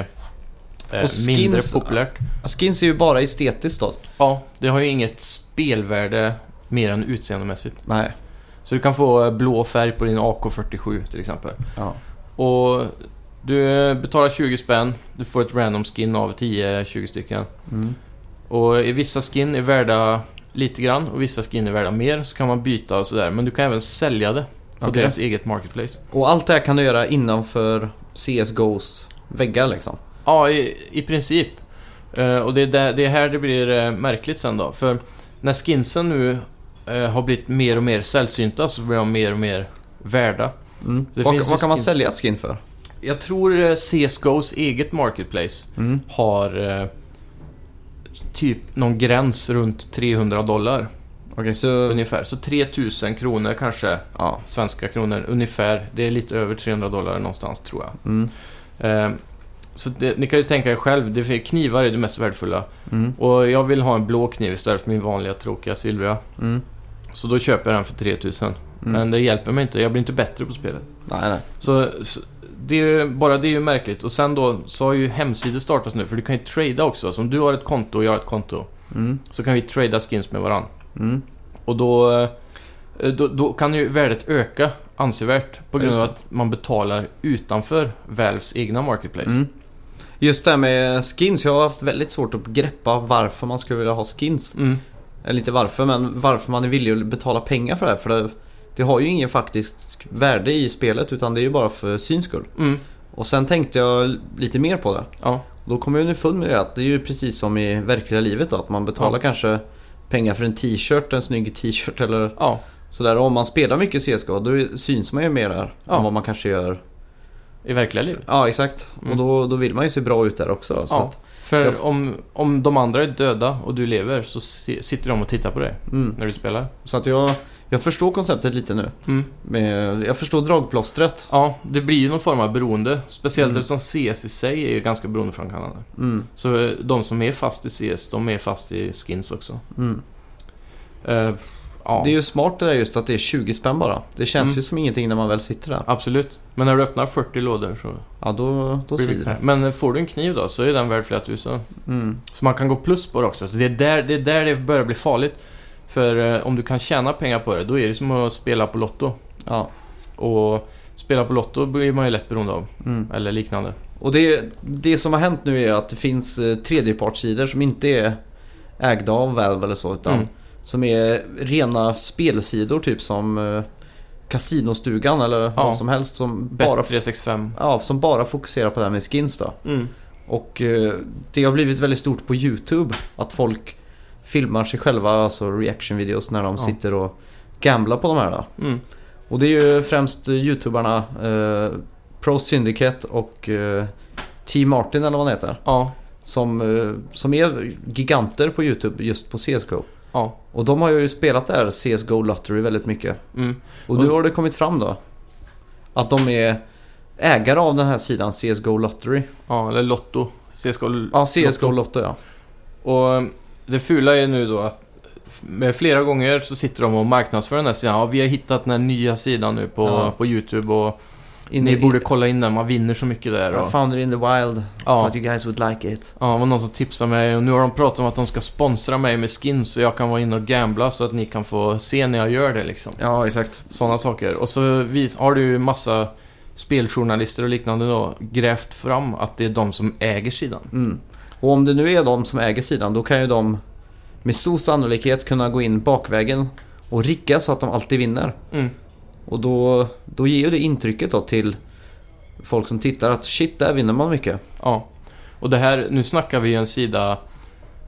eh,
Och
mindre
skins-
populärt.
Skins är ju bara estetiskt då.
Ja, det har ju inget spelvärde mer än utseendemässigt.
Nej.
Så du kan få eh, blå färg på din AK47 till exempel.
Ja.
Och du eh, betalar 20 spänn, du får ett random skin av 10-20 stycken.
Mm.
Och i vissa skin är värda lite grann och vissa skin är värda mer. Så kan man byta och sådär. Men du kan även sälja det på
Okej.
deras eget marketplace.
Och allt det här kan du göra innanför CSGOs väggar liksom.
Ja, i, i princip. Eh, och det är, där, det är här det blir eh, märkligt sen då. För när skinsen nu eh, har blivit mer och mer sällsynta så blir de mer och mer värda.
Mm.
Det
Vad,
finns ju
vad kan man
skins-
sälja ett skin för?
Jag tror eh, CSGOs eget marketplace
Mm.
har eh, typ någon gräns runt 300 dollar
Okej, så...
ungefär. Så 3000 kronor kanske.
Ja.
svenska kronor ungefär. Det är lite över 300 dollar någonstans tror jag.
Mm.
Eh, så det, ni kan ju tänka er själv, det, knivar är det mest värdefulla.
Mm.
Och jag vill ha en blå kniv istället för min vanliga tråkiga silvriga.
Mm.
Så då köper jag den för 3000.
Mm.
Men det hjälper mig inte, jag blir inte bättre på spelet.
Nej, nej.
Så, så det är ju, bara det är ju märkligt. Och sen då så har ju hemsidor startats nu, för du kan ju trada också. Så om du har ett konto och jag har ett konto,
Mm.
så kan vi trada skins med varandra.
Mm.
Och då, eh, då, då kan ju värdet öka ansevärt på grund
Just
av
det.
att man betalar utanför Valves egna marketplace.
Mm. Just det här med skins. Jag har haft väldigt svårt att greppa varför man skulle vilja ha skins.
Mm.
Eller inte varför, men varför man är villig att betala pengar för det. här. För det, det har ju ingen faktiskt värde i spelet utan det är ju bara för syns skull.
Mm.
Och sen tänkte jag lite mer på det.
Ja.
Då kom jag underfund med det att det är ju precis som i verkliga livet då, att man betalar
Ja.
kanske pengar för en t-shirt, en snygg t-shirt eller
ja.
sådär. Och Om man spelar mycket CSGO då syns man ju mer där
Ja.
än vad man kanske gör.
I verkliga livet.
Ja, exakt.
Mm.
Och då, då vill man ju se bra ut där också. Då, så
Ja.
att,
För
Jag-
om, om de andra är döda och du lever så si- sitter de och tittar på dig
Mm.
när du spelar.
Så att jag, jag förstår konceptet lite nu.
Mm.
Men jag förstår dragplåstret.
Ja, det blir ju någon form av beroende. Speciellt
Mm.
eftersom CS i sig är ju ganska beroendeframkallande.
Mm,
Så eh, de som är fast i CS, de är fast i skins också.
mm.
Eh, ja,
Det är ju smart det där just att det är 20 spänn bara. Det känns
Mm.
ju som ingenting när man väl sitter där.
absolut. Men när du öppnar 40 lådor så...
Ja, då, då svider det.
Men eh, får du en kniv då så är den värd flera tusen.
Mm.
Så man kan gå plus på det också. Så det, är där, det är där det börjar bli farligt. För eh, om du kan tjäna pengar på det, då är det som att spela på Lotto.
Ja.
Och spela på Lotto blir man ju lätt beroende av,
Mm.
eller liknande.
Och det, det som har hänt nu är att det finns eh, tredjepartssidor som inte är ägda av Valve eller så utan
Mm.
som är rena spelsidor typ som eh, Casinostugan eller
Ja.
vad som helst som bara,
Bet 365.
ja, som bara fokuserar på det här med skins då.
Mm.
Och eh, det har blivit väldigt stort på YouTube. Att folk filmar sig själva, alltså reaction-videos när de
Ja.
sitter och gamblar på de här. Då.
Mm.
Och det är ju främst eh, YouTubarna eh, Pro Syndicate och eh, T. Martin eller vad han heter.
Ja,
Som, eh, som är giganter på YouTube just på CSGO.
ja.
Och de har ju spelat det här CSGO Lottery väldigt mycket.
Mm.
Och nu har det kommit fram då att de är ägare av den här sidan CSGO Lottery.
ja, eller Lotto. CSGO.
Ja, CSGO Lotto ja.
Och eh, det fula är nu då att med flera gånger så sitter de och marknadsför den här sidan. Ja, vi har hittat den här nya sidan nu på,
Ja.
på YouTube och
In,
Ni borde kolla in den, man vinner så mycket där.
I
Och,
found it in the wild.
ja,
Thought you guys would like it.
ja, det var någon som tipsade mig och nu har de pratat om att de ska sponsra mig med skin så jag kan vara inne och gambla så att ni kan få se när jag gör det liksom.
Ja, exakt.
Sådana saker. Och så vis- har du ju massa speljournalister och liknande då grävt fram att det är de som äger sidan.
Mm. Och om det nu är de som äger sidan, då kan ju de med stor sannolikhet kunna gå in bakvägen och rigga så att de alltid vinner.
Mm.
Och då, då ger ju det intrycket då till folk som tittar att shit, där vinner man mycket.
Ja. Och det här, nu snackar vi ju en sida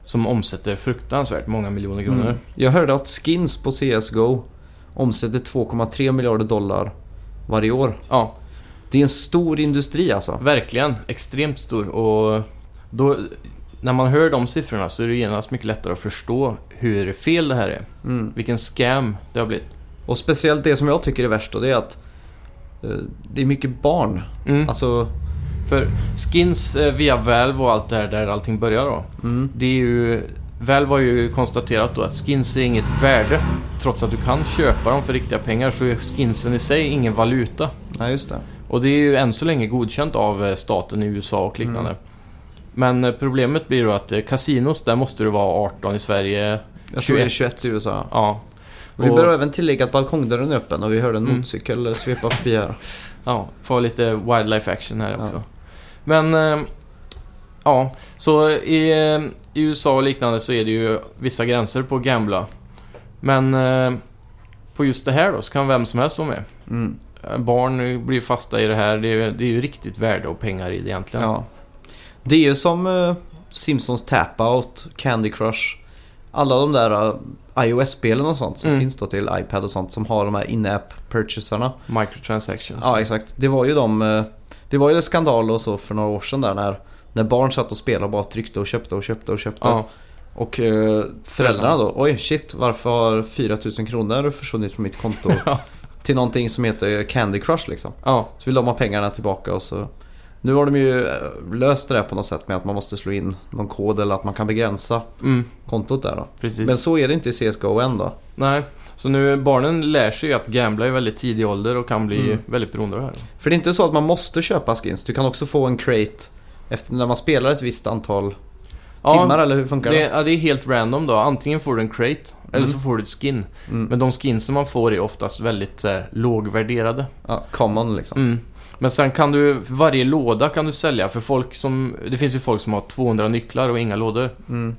som omsätter fruktansvärt många miljoner kronor.
Mm. Jag hörde att skins på CSGO omsätter 2,3 miljarder dollar varje år.
Ja.
Det är en stor industri alltså.
Verkligen, extremt stor. Och då, när man hör de siffrorna så är det genast mycket lättare att förstå hur fel det här är.
Mm.
Vilken scam det har blivit.
Och speciellt det som jag tycker är värst då, det är att eh, det är mycket barn.
Mm.
Alltså,
För skins eh, via Valve och allt det här där allting börjar då.
mm,
Det är ju... Valve har ju konstaterat då att skins är inget värde. Trots att du kan köpa dem för riktiga pengar så är skinsen i sig ingen valuta.
nej just det.
Och det är ju än så länge godkänt av eh, staten i USA och liknande.
Mm.
Men eh, problemet blir då att eh, kasinos, där måste du vara 18 i Sverige.
Jag tror det är 21 i USA.
Ja,
Vi
Och-
bör även tillägga att balkongdörren är öppen och vi hörde en
Mm.
motorcykel svepa förbi här.
Ja, få lite wildlife action här
Ja.
också. Men, eh, ja. Så i, eh, i USA och liknande så är det ju vissa gränser på att gambla. Men eh, på just det här då så kan vem som helst vara med.
Mm.
Eh, Barn blir fasta i det här. Det är, det är ju riktigt värde och pengar i det egentligen.
Ja. Det är ju som eh, Simpsons Tapout, Candy Crush. Alla de där eh, iOS-spelen och sånt som
Mm.
finns då till iPad och sånt som har de här in-app purchaserna.
Microtransactions.
Ja exakt. Det var ju de... eh, Det var ju skandal och så för några år sedan där när, när barn satt och spelade och bara tryckte och köpte och köpte och köpte.
Ja,
Och eh, föräldrarna då, oj shit varför har 4000 kronor försvunnit från mitt konto?
Ja.
till någonting som heter Candy Crush liksom.
ja,
Så vill de ha pengarna tillbaka och så... Nu har de ju eh, löst det där på något sätt med att man måste slå in någon kod eller att man kan begränsa
mm,
kontot där då.
precis.
Men så är det inte i CSGO än då.
Nej, så nu barnen lär sig ju att gambla i väldigt tidig ålder och kan bli
Mm.
väldigt beroende av det här.
För det är inte så att man måste köpa skins. Du kan också få en crate efter när man spelar ett visst antal
Ja,
timmar eller hur funkar
Det,
det?
ja, det är helt random då. Antingen får du en crate eller
Mm.
så får du ett skin.
Mm.
Men de skin som man får är oftast väldigt eh, lågvärderade.
Ja, common liksom.
Mm. Men sen kan du, för varje låda kan du sälja för folk som, det finns ju folk som har 200 nycklar och inga lådor.
Mm.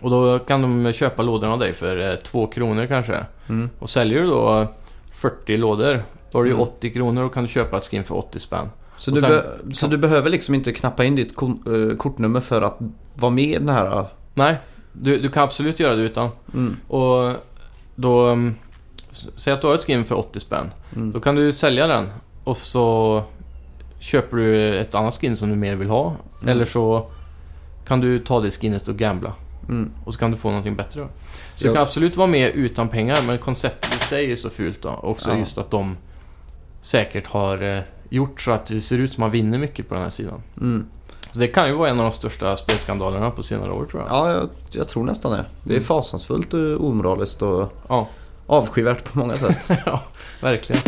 Och då kan de köpa lådorna av dig för eh, 2 kronor kanske.
Mm.
Och säljer du då eh, 40 lådor, då har du ju
Mm.
80 kronor och kan du köpa ett skin för 80 spänn.
Så,
Och
du
sen-
be- så du behöver liksom inte knappa in ditt kon- eh, kortnummer för att vara med i den här... eh,
Nej, du, du kan absolut göra det utan.
Mm.
Och då... mm, s- Säg att du har ett skin för 80 spänn.
Mm.
Då kan du sälja den och så köper du ett annat skin som du mer vill ha.
Mm.
Eller så kan du ta det skinnet och gambla.
Mm.
Och så kan du få någonting bättre. Så
Ja.
du kan absolut vara med utan pengar, men konceptet i sig är så fult då. Och Också
Ja.
just att de säkert har eh, gjort så att det ser ut som man vinner mycket på den här sidan.
Mm.
Så det kan ju vara en av de största spelskandalerna på senare år tror jag.
Ja, jag, jag tror nästan det. Det är
Mm.
fasansfullt och omoraliskt och
Ja.
avskyvärt på många sätt.
ja, verkligen.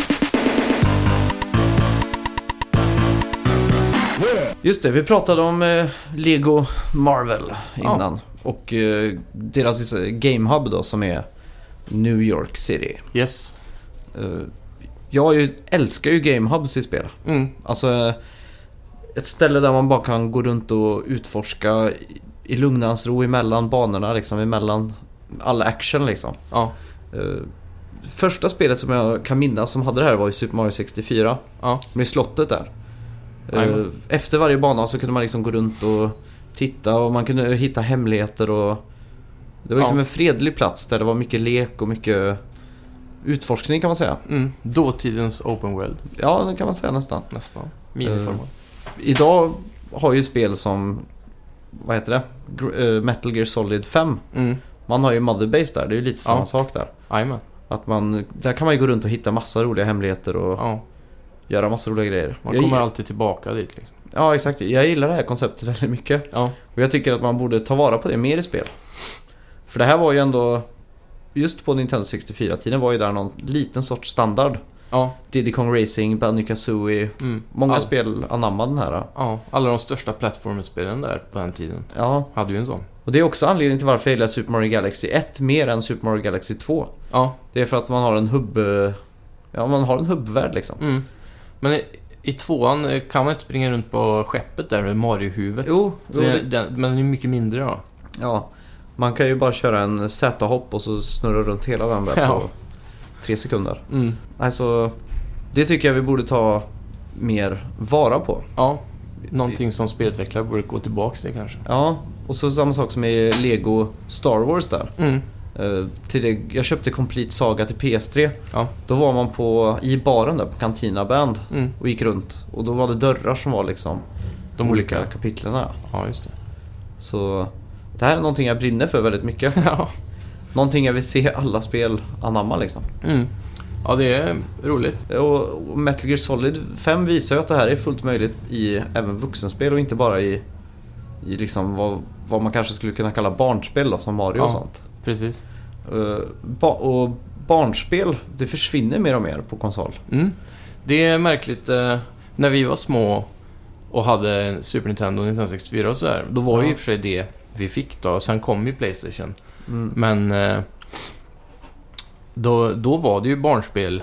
Just det, vi pratade om eh, Lego Marvel
Ja.
innan. Och eh, deras eh, gamehub då som är New York City.
Yes.
Eh, jag är ju, älskar ju gamehubs i spel.
Mm.
Alltså eh, ett ställe där man bara kan gå runt och utforska i- i lugnans ro emellan banorna liksom, emellan all action liksom.
Ja,
Eh, Första spelet som jag kan minnas som hade det här var ju Super Mario 64
ja,
med slottet där. Eh,
Jajamän.
Efter varje bana så kunde man liksom gå runt och titta och man kunde hitta hemligheter och det var liksom
Ja.
en fredlig plats där det var mycket lek och mycket utforskning kan man säga.
mm. Dåtidens open world,
Ja, det kan man säga nästan.
nästan. Miniformat.
Idag har ju spel som, vad heter det, Gr- eh, Metal Gear Solid 5.
Mm.
Man har ju Motherbase där, det är ju lite samma
Ja.
sak där.
Jajamän.
Att man, där kan man ju gå runt och hitta massa roliga hemligheter och
Ja.
göra massa roliga grejer.
Man
Jag
kommer
gi-
alltid tillbaka dit liksom.
Ja, exakt. Jag gillar det här konceptet väldigt mycket.
Ja.
Och jag tycker att man borde ta vara på det mer i spel. För det här var ju ändå... Just på Nintendo 64-tiden var ju där någon liten sorts standard.
Ja,
Diddy Kong Racing, Banjo Kazooie.
mm,
Många
All-
spel anammade den här.
ja, alla de största plattformspelen där på den tiden
Ja,
hade ju en sån.
och det är också anledningen till varför jag gillar Super Mario Galaxy 1 mer än Super Mario Galaxy 2.
Ja,
Det är för att man har en hubb... Ja, man har en hubbvärld liksom.
mm. Men i, i tvåan eh, kan man inte springa runt på skeppet där med Mario-huvudet.
Jo,
Så
jo det,
den, men den är mycket mindre då.
ja. Man kan ju bara köra en Z-hopp och så snurra runt hela den där
Ja.
på tre sekunder.
Mm.
Alltså, det tycker jag vi borde ta mer vara på.
Ja, någonting som spelutvecklare borde gå tillbaka till kanske.
Ja, och så samma sak som i Lego Star Wars där.
Mm.
Eh, till det, jag köpte Complete Saga till PS3.
Ja.
Då var man på, i baren där på Cantina Band
Mm.
och gick runt. Och då var det dörrar som var liksom
De olika...
kapitlerna.
Ja, just det.
Så det här är någonting jag brinner för väldigt mycket.
ja.
någonting jag vill se alla spel anamma liksom.
Mm. ja, det är roligt.
Och, och Metal Gear Solid 5 visar ju att det här är fullt möjligt i även vuxenspel och inte bara i, i liksom vad, vad man kanske skulle kunna kalla barnspel då, som Mario och
Ja.
sånt.
Precis.
Eh, ba- och barnspel, det försvinner mer och mer på konsol.
Mm. Det är märkligt. Eh, när vi var små och hade en Super Nintendo och Nintendo 64 och sådär. Då var ju
Ja.
i och för sig det vi fick då. Sen kom ju Playstation.
Mm.
Men eh, då, då var det ju barnspel.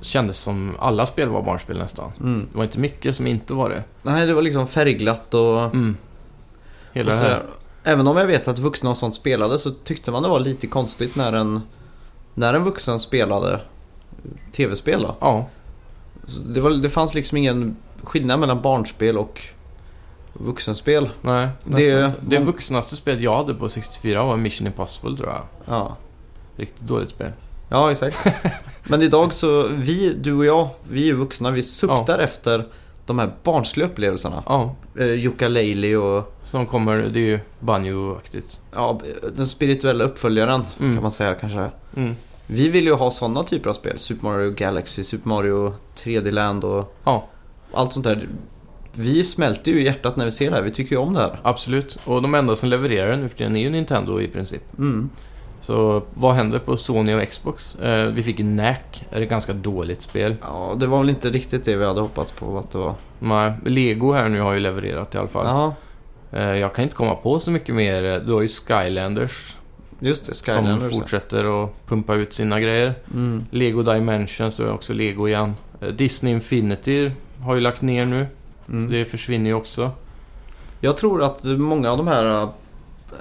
Kändes som alla spel var barnspel nästan.
Mm.
Det var inte mycket som inte var det.
Nej, det var liksom färgglatt och,
Mm.
och
Hela Mm, det
sådär.
här.
Även om jag vet att vuxna och sånt spelade så tyckte man det var lite konstigt när en, när en vuxen spelade tv-spel då.
Ja,
Så Det, var, det fanns liksom ingen skillnad mellan barnspel och vuxenspel.
nej.
Det-
Det, det vuxnaste spelet jag hade på 64 var Mission Impossible tror jag.
Ja,
Riktigt dåligt spel.
ja exakt. Men idag så, vi, du och jag, vi är ju vuxna, vi suktar efter de här barnsliga upplevelserna.
Ja,
Eh, Jukka Leili och
som kommer. Det är ju banjo-aktigt.
ja, den spirituella uppföljaren
Mm.
kan man säga kanske.
Mm.
Vi vill ju ha sådana typer av spel. Super Mario Galaxy, Super Mario 3D Land och
Ja.
allt sånt där. Vi smälter ju i hjärtat när vi ser det här. Vi tycker ju om det här.
Absolut, och de enda som levererar nu för tiden är ju Nintendo i princip.
Mm.
Så vad händer på Sony och Xbox? Eh, vi fick NAC, är ett ganska dåligt spel.
Ja, det var väl inte riktigt det vi hade hoppats på att det var.
Nej, Lego här nu har ju levererat i alla fall.
Ja,
Eh, jag kan inte komma på så mycket mer. Du har ju Skylanders,
just det. Skylanders.
som
ja.
fortsätter att pumpa ut sina grejer.
Mm.
Lego Dimensions och också Lego igen. Eh, Disney Infinity har ju lagt ner nu, så
Mm.
det försvinner ju också.
Jag tror att många av de här... äh,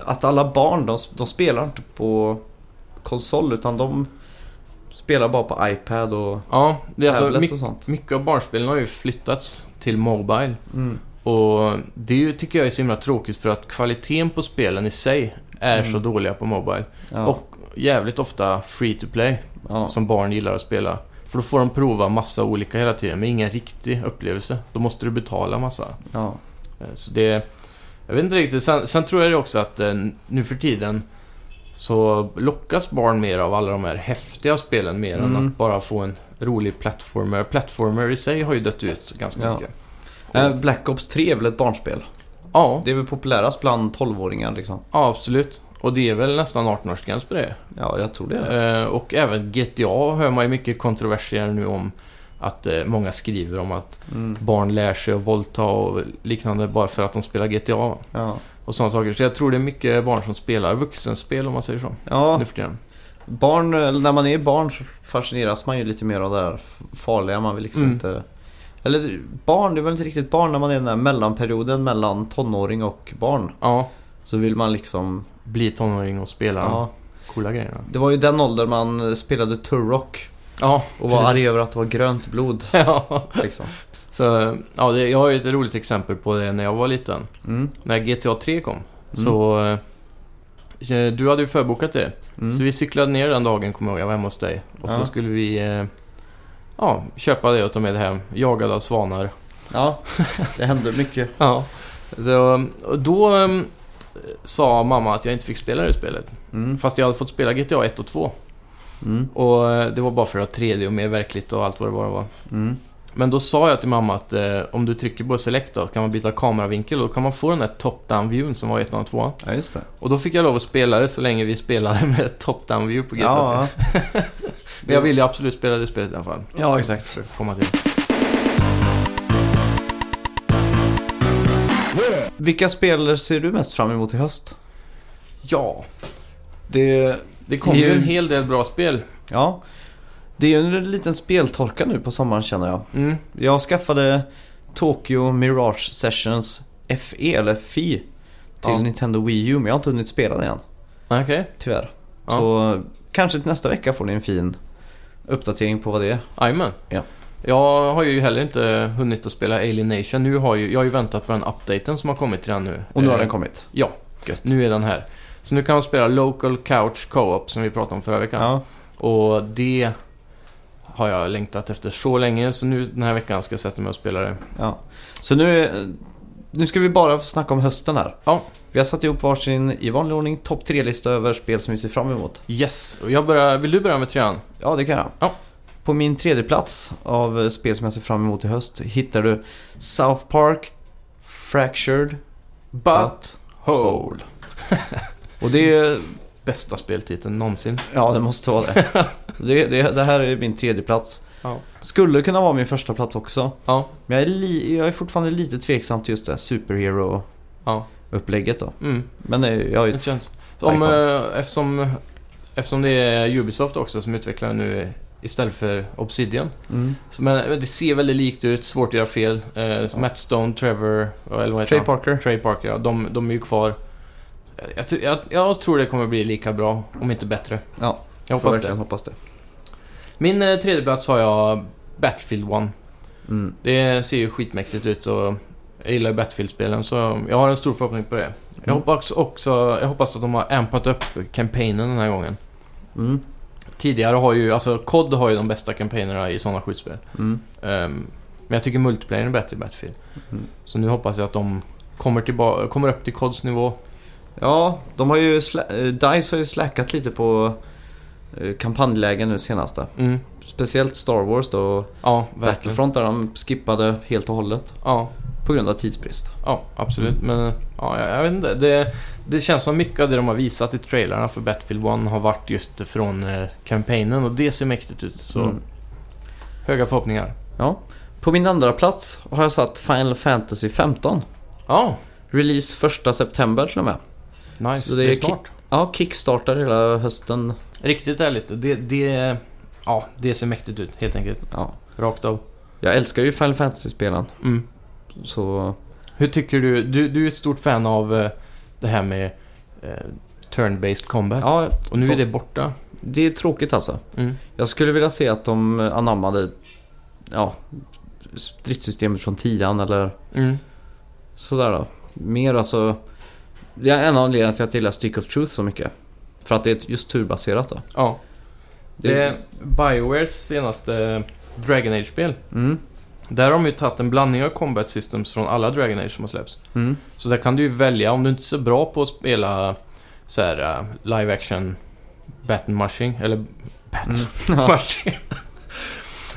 Att alla barn, de, de spelar inte på konsol utan de spelar bara på iPad och
Ja, det är alltså,
tablet
mycket,
och sånt.
mycket av barnspelen har ju flyttats till Mobile.
Mm.
Och det är ju, tycker jag är så himla tråkigt för att kvaliteten på spelen i sig är
Mm.
så dåliga på Mobile.
Ja,
Och jävligt ofta free to play,
ja.
som barn gillar att spela. För då får de prova massa olika hela tiden, men ingen riktig upplevelse. Då måste du betala massa.
Ja.
Eh, Så det... Jag vet inte riktigt. Sen, sen tror jag det också att eh, nu för tiden så lockas barn mer av alla de här häftiga spelen mer än
Mm.
att bara få en rolig plattformer. Plattformer i sig har ju dött ut ganska
Ja.
mycket.
Äh, Black Ops 3 är väl ett barnspel?
Ja,
Det är väl populärast bland 12-åringar liksom?
Ja, absolut. Och det är väl nästan 18-årsgräns på det.
Ja, jag tror det.
Eh, och även GTA hör man ju mycket kontroverser nu om. Att eh, många skriver om att
Mm.
barn lär sig att våldta och liknande bara för att de spelar GTA.
Ja.
Och sådana saker. Så jag tror det är mycket barn som spelar vuxenspel om man säger så.
ja,
Nu för tiden.
barn, eller när man är barn så fascineras man ju lite mer av det här farliga. Man vill liksom
Mm.
inte... Eller barn, det är väl inte riktigt barn när man är i den där mellanperioden mellan tonåring och barn.
Ja,
Så vill man liksom...
bli tonåring och spela
Ja.
coola grejerna.
Det var ju den åldern man spelade Turok
Ja,
och var
precis.
arg över att det var grönt blod.
ja.
Liksom.
Så, ja, det, jag har ju ett roligt exempel på det när jag var liten.
Mm.
När GTA 3 kom. Så... eh, Du hade ju förbokat det.
Mm.
Så vi cyklade ner den dagen, kommer jag ihåg. Jag var hemma hos dig. Och så
Ja.
skulle vi eh, ja, köpa det och ta med det hem. Jagade av svanar.
Ja, det hände mycket.
Ja. Så, och då eh, sa mamma att jag inte fick spela det spelet.
Mm.
Fast jag hade fått spela GTA 1 och 2.
Mm.
Och eh, det var bara för att 3D och mer verkligt och allt vad det var. det var.
Mm.
Men då sa jag till mamma att eh, om du trycker på select då kan man byta kameravinkel och då kan man få den där top-down-viewn som var i ettan och tvåan.
Ja, just det.
Och då fick jag lov att spela det så länge vi spelade med top-down-view på GTA 3.
Ja,
Men jag ville ju absolut spela det spelet i alla fall.
ja, exakt.
Försöka komma till.
Vilka spel ser du mest fram emot i höst?
Ja,
Det,
det kom ju
Ju-
en hel del bra spel.
ja. Det är ju en liten speltorka nu på sommaren känner jag.
Mm.
Jag skaffade Tokyo Mirage Sessions FE, eller FI, till
Ja.
Nintendo Wii U. Men jag har inte hunnit spela den än,
Okej.
tyvärr.
Ja.
Så eh, kanske till nästa vecka får ni en fin uppdatering på vad det är.
Jajamän.
Ja.
Jag har ju heller inte hunnit att spela Alienation. Nu har ju, jag har ju väntat på den updaten som har kommit till den nu.
Och nu har
Eh,
den kommit.
Ja,
Gött.
nu är den här. Så nu kan man spela Local Couch Co-op som vi pratade om förra veckan.
Ja.
Och det har jag längtat efter så länge så nu den här veckan ska jag sätta mig och spela det.
Ja. Så nu, eh, nu ska vi bara snacka om hösten här.
Ja.
Vi har satt ihop varsin, i vanlig ordning, topp tre-lista över spel som vi ser fram emot.
Yes, och jag börjar, vill du börja med trean?
Ja, det kan jag.
Ja.
På min tredje plats av eh, spel som jag ser fram emot i höst hittar du South Park, Fractured,
But
Hole.
Hole.
Och det är,
Bästa speltiteln någonsin.
ja det måste vara det. det, det. Det här är min tredje plats.
Ja.
Skulle kunna vara min första plats också.
Ja,
Men jag är, li, jag är fortfarande lite tveksam till just det här superhero-upplägget
ja.
då.
Mm,
Men eh, jag är
det känns. Om,
Tack,
eh, eftersom, eftersom det är Ubisoft också som utvecklar nu istället för Obsidian.
mm.
Så, Men eh, det ser väldigt likt ut, svårt att göra fel. Eh, Matt Stone, Trevor, eller vad heter
Trey
han?
Parker.
Trey Parker, ja. De, de är ju kvar. Jag, ty- jag, jag tror det kommer bli lika bra, om inte bättre.
Ja,
jag
Får
hoppas
verkligen
det.
hoppas det.
Min eh, tredje plats har jag Battlefield 1.
Mm.
Det ser ju skitmäktigt ut och jag gillar ju Battlefield-spelen så jag har en stor förhoppning på det. Jag
Mm.
hoppas också, jag hoppas att de har ampat upp kampanjen den här gången.
Mm.
Tidigare har ju, alltså COD har ju de bästa kampanjerna i sådana skjutspel.
Mm.
Ehm, men jag tycker multiplayern är bättre i Battlefield.
Mm.
Så nu hoppas jag att de kommer, tillba- kommer upp till CODs nivå.
Ja, de har ju sla- eh, DICE har ju slackat lite på eh, kampanjlägen nu senaste.
Mm.
Speciellt Star Wars då och
Ja, verkligen.
Battlefront där de skippade helt och hållet
Ja,
på grund av tidsbrist.
ja absolut. Men ja, jag, jag vet inte. Det, det känns som mycket av det de har visat i trailerna för Battlefield 1 har varit just från eh, kampanjen och det ser mäktigt ut. Så
Mm.
höga förhoppningar.
Ja. På min andra plats har jag satt Final Fantasy 15.
Ja,
Release 1 september till och med.
nice.
Så
det,
det
är
är
snart.
Ja, kickstartar hela hösten.
Riktigt ärligt. Det, det, ja, det ser mäktigt ut helt enkelt.
Ja.
Rakt av.
Jag älskar ju Final Fantasy-spelen.
Mm.
Så
Hur tycker du? Du, du är ett stort fan av eh, det här med eh, turn-based combat.
ja,
och nu är det borta.
det är tråkigt alltså.
Mm.
Jag skulle vilja se att de anammade ja, stridssystemet från 10 eller
Mm.
sådär då. Mer alltså... Det är en av anledningarna till att jag gillar Stick of Truth så mycket. För att det är just turbaserat då.
Ja.
Det-
Det är Biowares senaste eh, Dragon Age-spel.
Mm,
Där har de ju tagit en blandning av combat systems från alla Dragon Age som har släppts.
mm,
Så där kan du ju välja, om du inte är så bra på att spela så här eh, live action batten mushing, eller batten mushing.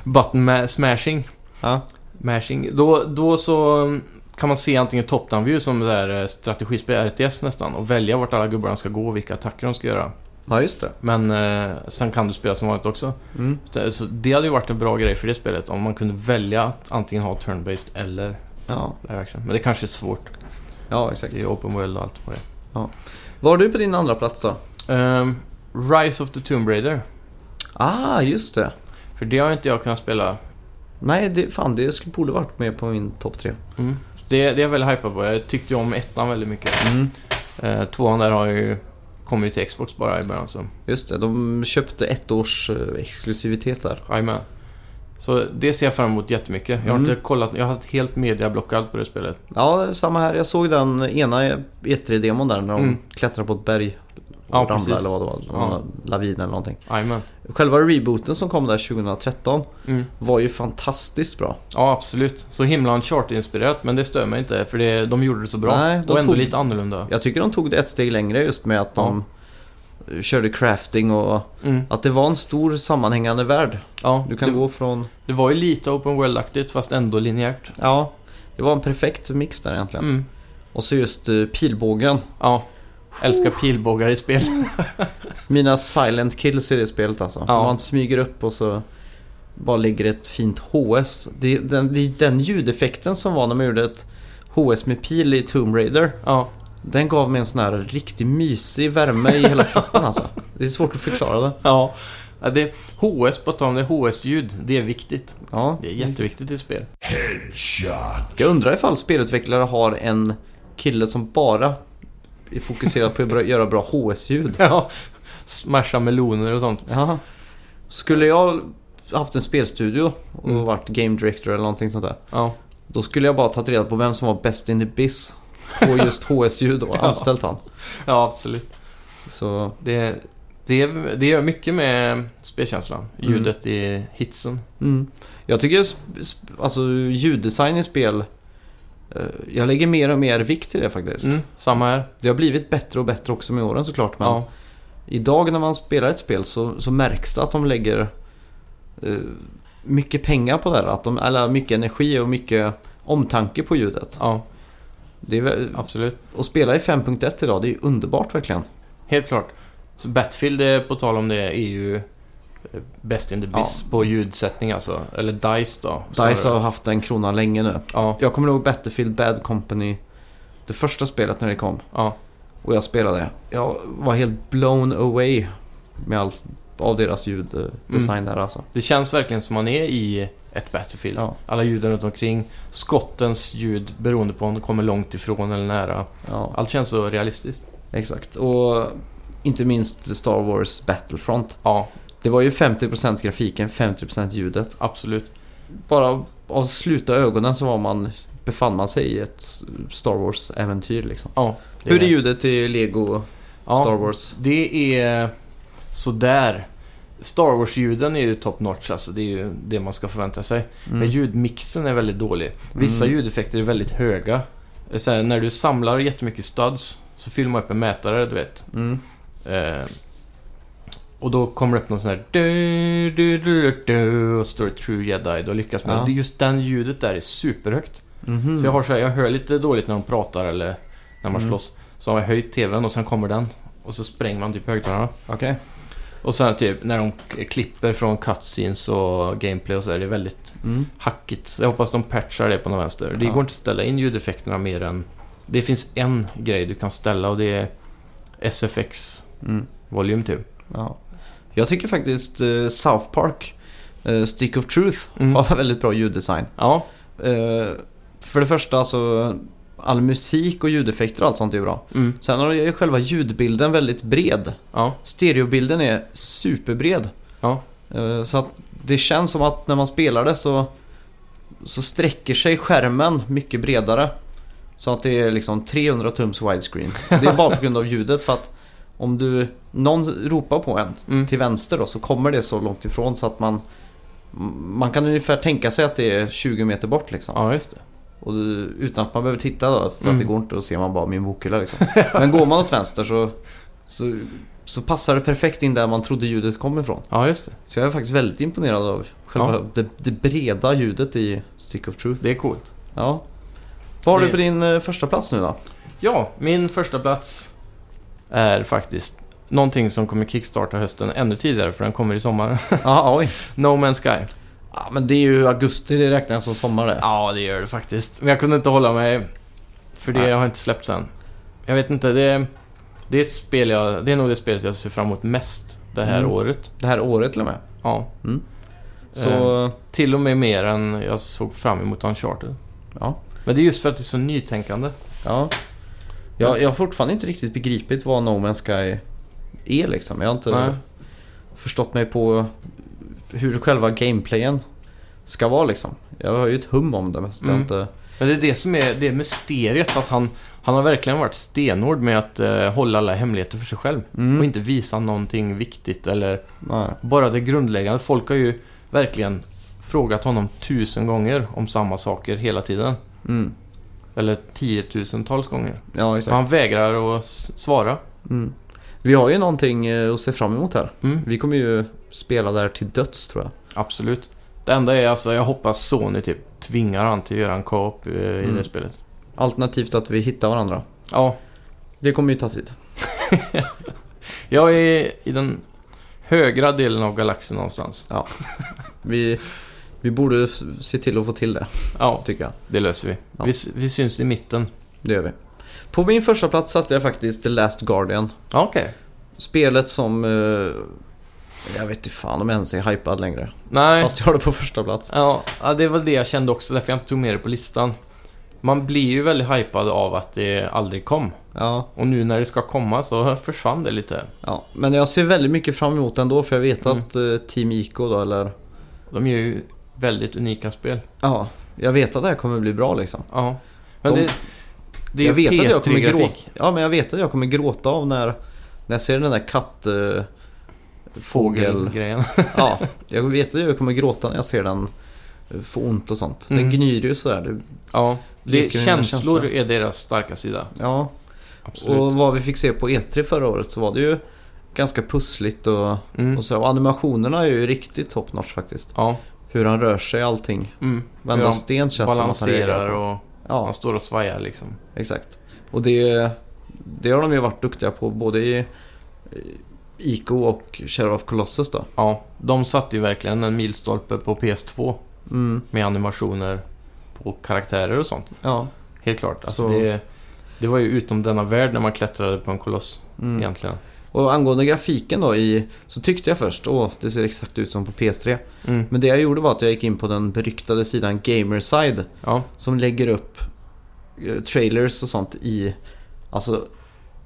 button ma- smashing,
ja,
mashing. Då, då så mm, kan man se antingen top down view som det där eh, strategispel, RTS nästan, och välja vart alla gubbarna ska gå och vilka attacker de ska göra.
ja, just det.
Men eh, sen kan du spela som vanligt också.
Mm.
Det- Så det hade ju varit en bra grej för det spelet om man kunde välja att antingen ha turn-based eller
Ja,
live action. Men det kanske är svårt.
ja, exakt.
Det är open world och allt på det.
Var du på din andra plats då?
Ehm, Rise of the Tomb Raider.
Ah, just det.
För det har inte jag kunnat spela.
Nej, det, fan det skulle borde varit med på min topp tre.
Mm. Det, det är jag väldigt hypad på. Jag tyckte ju om ettan väldigt mycket.
Mm.
Eh, tvåan där har ju kommit till Xbox bara i början så.
Just det, de köpte ett års eh, exklusivitet där.
Jajamän. Så det ser jag fram emot jättemycket. Jag har
Mm.
inte kollat. Jag har haft helt media blockad på det spelet.
Ja, samma här. Jag såg den ena E3-demon där när de
Mm.
klättrar på ett berg. Och
Ja,
ramlar
precis.
eller vad det var.
Ja.
Lavin eller någonting.
Jajamän.
Själva rebooten som kom där 2013
Mm.
var ju fantastiskt bra.
Ja, absolut. Så himla Uncharted-inspirerat, men det stör mig inte för det, de gjorde det så bra.
Nej, de
och ändå
tog-
lite annorlunda.
Jag tycker de tog det ett steg längre just med att de körde crafting och
Mm.
att det var en stor sammanhängande värld.
Ja,
Du kan
det,
gå från,
det var ju lite open world-aktigt fast ändå linjärt.
ja, det var en perfekt mix där egentligen.
Mm.
Och så just eh, pilbågen.
Ja, älskar pilbågar i spel.
Mina silent kills i det spelet alltså.
Ja.
Man smyger upp och så bara ligger ett fint HS. Det, den, det, den ljudeffekten som var när man gjorde ett HS med pil i Tomb Raider.
Ja,
Den gav mig en sån här riktigt mysig värme i hela kroppen alltså. Det är svårt att förklara det.
ja. ja det, HS, på tal om det, HS-ljud, det är viktigt.
Ja.
Det är jätteviktigt i spel.
Jag undrar ifall spelutvecklare har en kille som bara är fokuserad på att bra- göra bra HS-ljud.
Ja, smasha meloner och sånt.
Ja. Skulle jag haft en spelstudio och
Mm.
varit game director eller någonting sånt där.
Ja,
Då skulle jag bara tagit reda på vem som var bäst in the biz på just HS-ljud och
Ja.
anställt han.
ja absolut.
Så
Det, det, det gör mycket med spelkänslan. Ljudet i hitsen.
Mm. Jag tycker sp- sp- alltså, ljuddesign i spel, eh, jag lägger mer och mer vikt i det faktiskt.
Mm, samma här.
Det har blivit bättre och bättre också med åren såklart. Men
Ja,
idag när man spelar ett spel så, så märks det att de lägger eh, mycket pengar på det här. Att de, eller mycket energi och mycket omtanke på ljudet.
ja,
Det är, vä-
absolut.
att spela i 5.1 idag, det är ju underbart verkligen.
Helt klart. Så Battlefield, eh, på tal om det, är ju eh, bäst in the biz på ljudsättning alltså. Eller DICE då.
DICE har
snarare.
haft den kronan länge nu.
Ja,
Jag kommer ihåg Battlefield Bad Company, det första spelet när det kom.
ja,
Och jag spelade. Jag var helt blown away med allt av deras ljuddesign där alltså.
det känns verkligen som man är i ett Battlefield.
Ja,
Alla ljuden runt omkring, skottens ljud beroende på om de kommer långt ifrån eller nära.
ja,
Allt känns så realistiskt.
exakt. Och inte minst Star Wars Battlefront.
Ja,
Det var ju 50% grafiken, 50% ljudet.
absolut.
Bara av sluta ögonen så var man, befann man sig i ett Star Wars-äventyr liksom.
Ja, det
Hur är ljudet i Lego
ja,
Star Wars?
Det är sådär. Star Wars-ljuden är ju top notch, alltså. Det är ju det man ska förvänta sig. Men
Mm.
ljudmixen är väldigt dålig. Vissa
Mm.
ljudeffekter är väldigt höga. Eh, Så här, när du samlar jättemycket studs så fyller man upp en mätare, du vet.
Mm.
Eh, och då kommer det upp någon sån här... Du, du, du, du, och står det True Jedi. Då lyckas man.
Ja.
Det- Just den ljudet där är superhögt.
Mhm.
Så jag har så här, jag hör lite dåligt när de pratar eller när man
Mm.
slåss. Så har jag höjt TVn och sen kommer den. Och så spränger man typ högtalarna.
Okej.
Och sen typ när de k- klipper från cutscenes och gameplay och så där, det är väldigt
Mm.
hackigt. Så jag hoppas de patchar det på någon vänster. Det
Ja.
går inte att ställa in ljudeffekterna mer än... Det finns en grej du kan ställa och det är SFX
Mm.
volym typ.
Ja. Jag tycker faktiskt eh, South Park, eh, Stick of Truth,
Mm.
har väldigt bra ljuddesign.
Ja,
Eh, för det första så, all musik och ljudeffekter och allt sånt är bra.
mm,
Sen har ju själva ljudbilden väldigt bred.
ja,
Stereobilden är superbred.
ja,
Eh, så att det känns som att när man spelar det så, så sträcker sig skärmen mycket bredare. Så att det är liksom 300 tums widescreen. Det är bara på grund av ljudet för att om du, någon ropar på en
mm,
till vänster då, så kommer det så långt ifrån så att man man kan ungefär tänka sig att det är 20 meter bort liksom.
ja, just det.
Och du, utan att man behöver titta då, för
Mm.
att det går inte. Då ser man bara min bokhylla liksom. Men går man åt vänster så, så, så passar det perfekt in där man trodde ljudet kom ifrån.
Ja, just det.
Så jag är faktiskt väldigt imponerad av själva det, det breda ljudet i Stick of Truth.
Det är coolt.
Ja. Vad har
Det-
du på din eh, första plats nu då?
Ja, min första plats är faktiskt någonting som kommer kickstarta hösten ännu tidigare för den kommer i sommar.
Ja, oj.
no Man's Sky.
Ja, men det är ju augusti, det räknar jag som sommar det.
Ja, det gör det faktiskt. Men jag kunde inte hålla mig. För det
Nej.
har inte släppts än. Jag vet inte, det, det är ett spel jag... Det är nog det spelet jag ser fram emot mest det här
Mm.
året.
Det här året till och med.
Ja. Eh,
Så,
Till och med mer än jag såg fram emot Uncharted.
ja.
Men det är just för att det är så nytänkande.
Ja. Jag, jag har fortfarande inte riktigt begripit vad No Man's Sky är liksom. Jag har inte
Nej.
förstått mig på hur själva gameplayen ska vara liksom. Jag har ju ett hum om det men så det har
Mm.
inte...
Men det är det som är det är mysteriet. Att han, han har verkligen varit stenhård med att eh, hålla alla hemligheter för sig själv. Och
Mm.
inte visa någonting viktigt eller
Nej.
Bara det grundläggande. Folk har ju verkligen frågat honom tusen gånger om samma saker hela tiden.
Mm.
Eller tiotusentals gånger.
Ja
Och han
exakt.
vägrar att s- svara.
Mm. Vi har ju någonting eh, att se fram emot här.
Mm,
Vi kommer ju spela där till döds tror jag.
absolut. Det enda är alltså, jag hoppas Sony typ tvingar han till att göra en co-op eh, i
Mm.
det spelet.
Alternativt att vi hittar varandra.
Ja,
Det kommer ju ta tid.
jag är i den högra delen av galaxen någonstans.
Vi, vi borde f- se till att få till det,
Ja,
tycker jag.
det löser vi.
Ja.
Vi, s- vi syns i mitten.
Det gör vi. På min första plats satte jag faktiskt The Last Guardian.
Ja, Okej.
Spelet som... eh, jag vet inte fan om jag ens är hypad längre.
Nej.
Fast jag har det på första plats.
Ja, ja, det var det jag kände också, därför jag inte tog med det på listan. Man blir ju väldigt hypad av att det aldrig kom.
Ja,
Och nu när det ska komma så försvann det lite.
ja. Men jag ser väldigt mycket fram emot det ändå för jag vet
Mm.
att eh, Team Ico då eller...
De gör ju väldigt unika spel.
Ja, jag vet att det här kommer bli bra liksom.
Ja. Men
De-
det, det är
jag
ju
vet att jag kommer gråta.
PS3-grafik.
Ja, men jag vet att jag kommer gråta av när, när jag ser den där katt... eh, fågel...
Fågelgrejen.
ja, jag vet att jag kommer gråta när jag ser den eh, få ont och sånt. Den
Mm.
gnyr ju sådär. Det,
Ja. Det,
Leker med mina
känslor
känslor.
är deras starka sida.
ja,
Absolut.
och vad vi fick se på E3 förra året så var det ju ganska pussligt och,
mm.
och så. Och animationerna är ju riktigt top notch faktiskt.
Ja.
Hur han rör sig allting.
Mm.
Vända
Hur han
sten känns som att han
Balanserar
reagerar på.
och
Ja,
man står och svajar liksom.
exakt. Och det, det har de ju varit duktiga på både i i Ico och Sheriff of Colossus då.
Ja. De satte ju verkligen en milstolpe på PS2
Mm,
med animationer på karaktärer och sånt.
ja.
Helt klart. Alltså
Så-
det, det var ju utom denna värld när man klättrade på en koloss
Mm.
egentligen.
Och angående grafiken då i, så tyckte jag först åh det ser exakt ut som på PS3.
Mm.
Men det jag gjorde var att jag gick in på den beryktade sidan Gamerside
Ja,
som lägger upp eh, trailers och sånt i alltså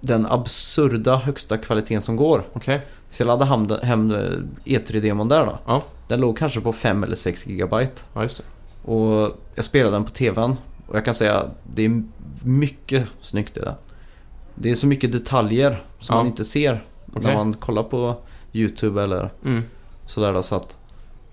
den absurda högsta kvaliteten som går.
okej.
Så jag laddade hem, hem eh, E3-demon där då.
Ja.
Den låg kanske på 5 eller 6 gigabyte.
Ja, just det.
Och jag spelade den på TVn. Och jag kan säga att det är mycket snyggt i det. Det är så mycket detaljer som
Ja.
man inte ser när
Okej.
man kollar på YouTube eller
Mm.
sådär då. Så att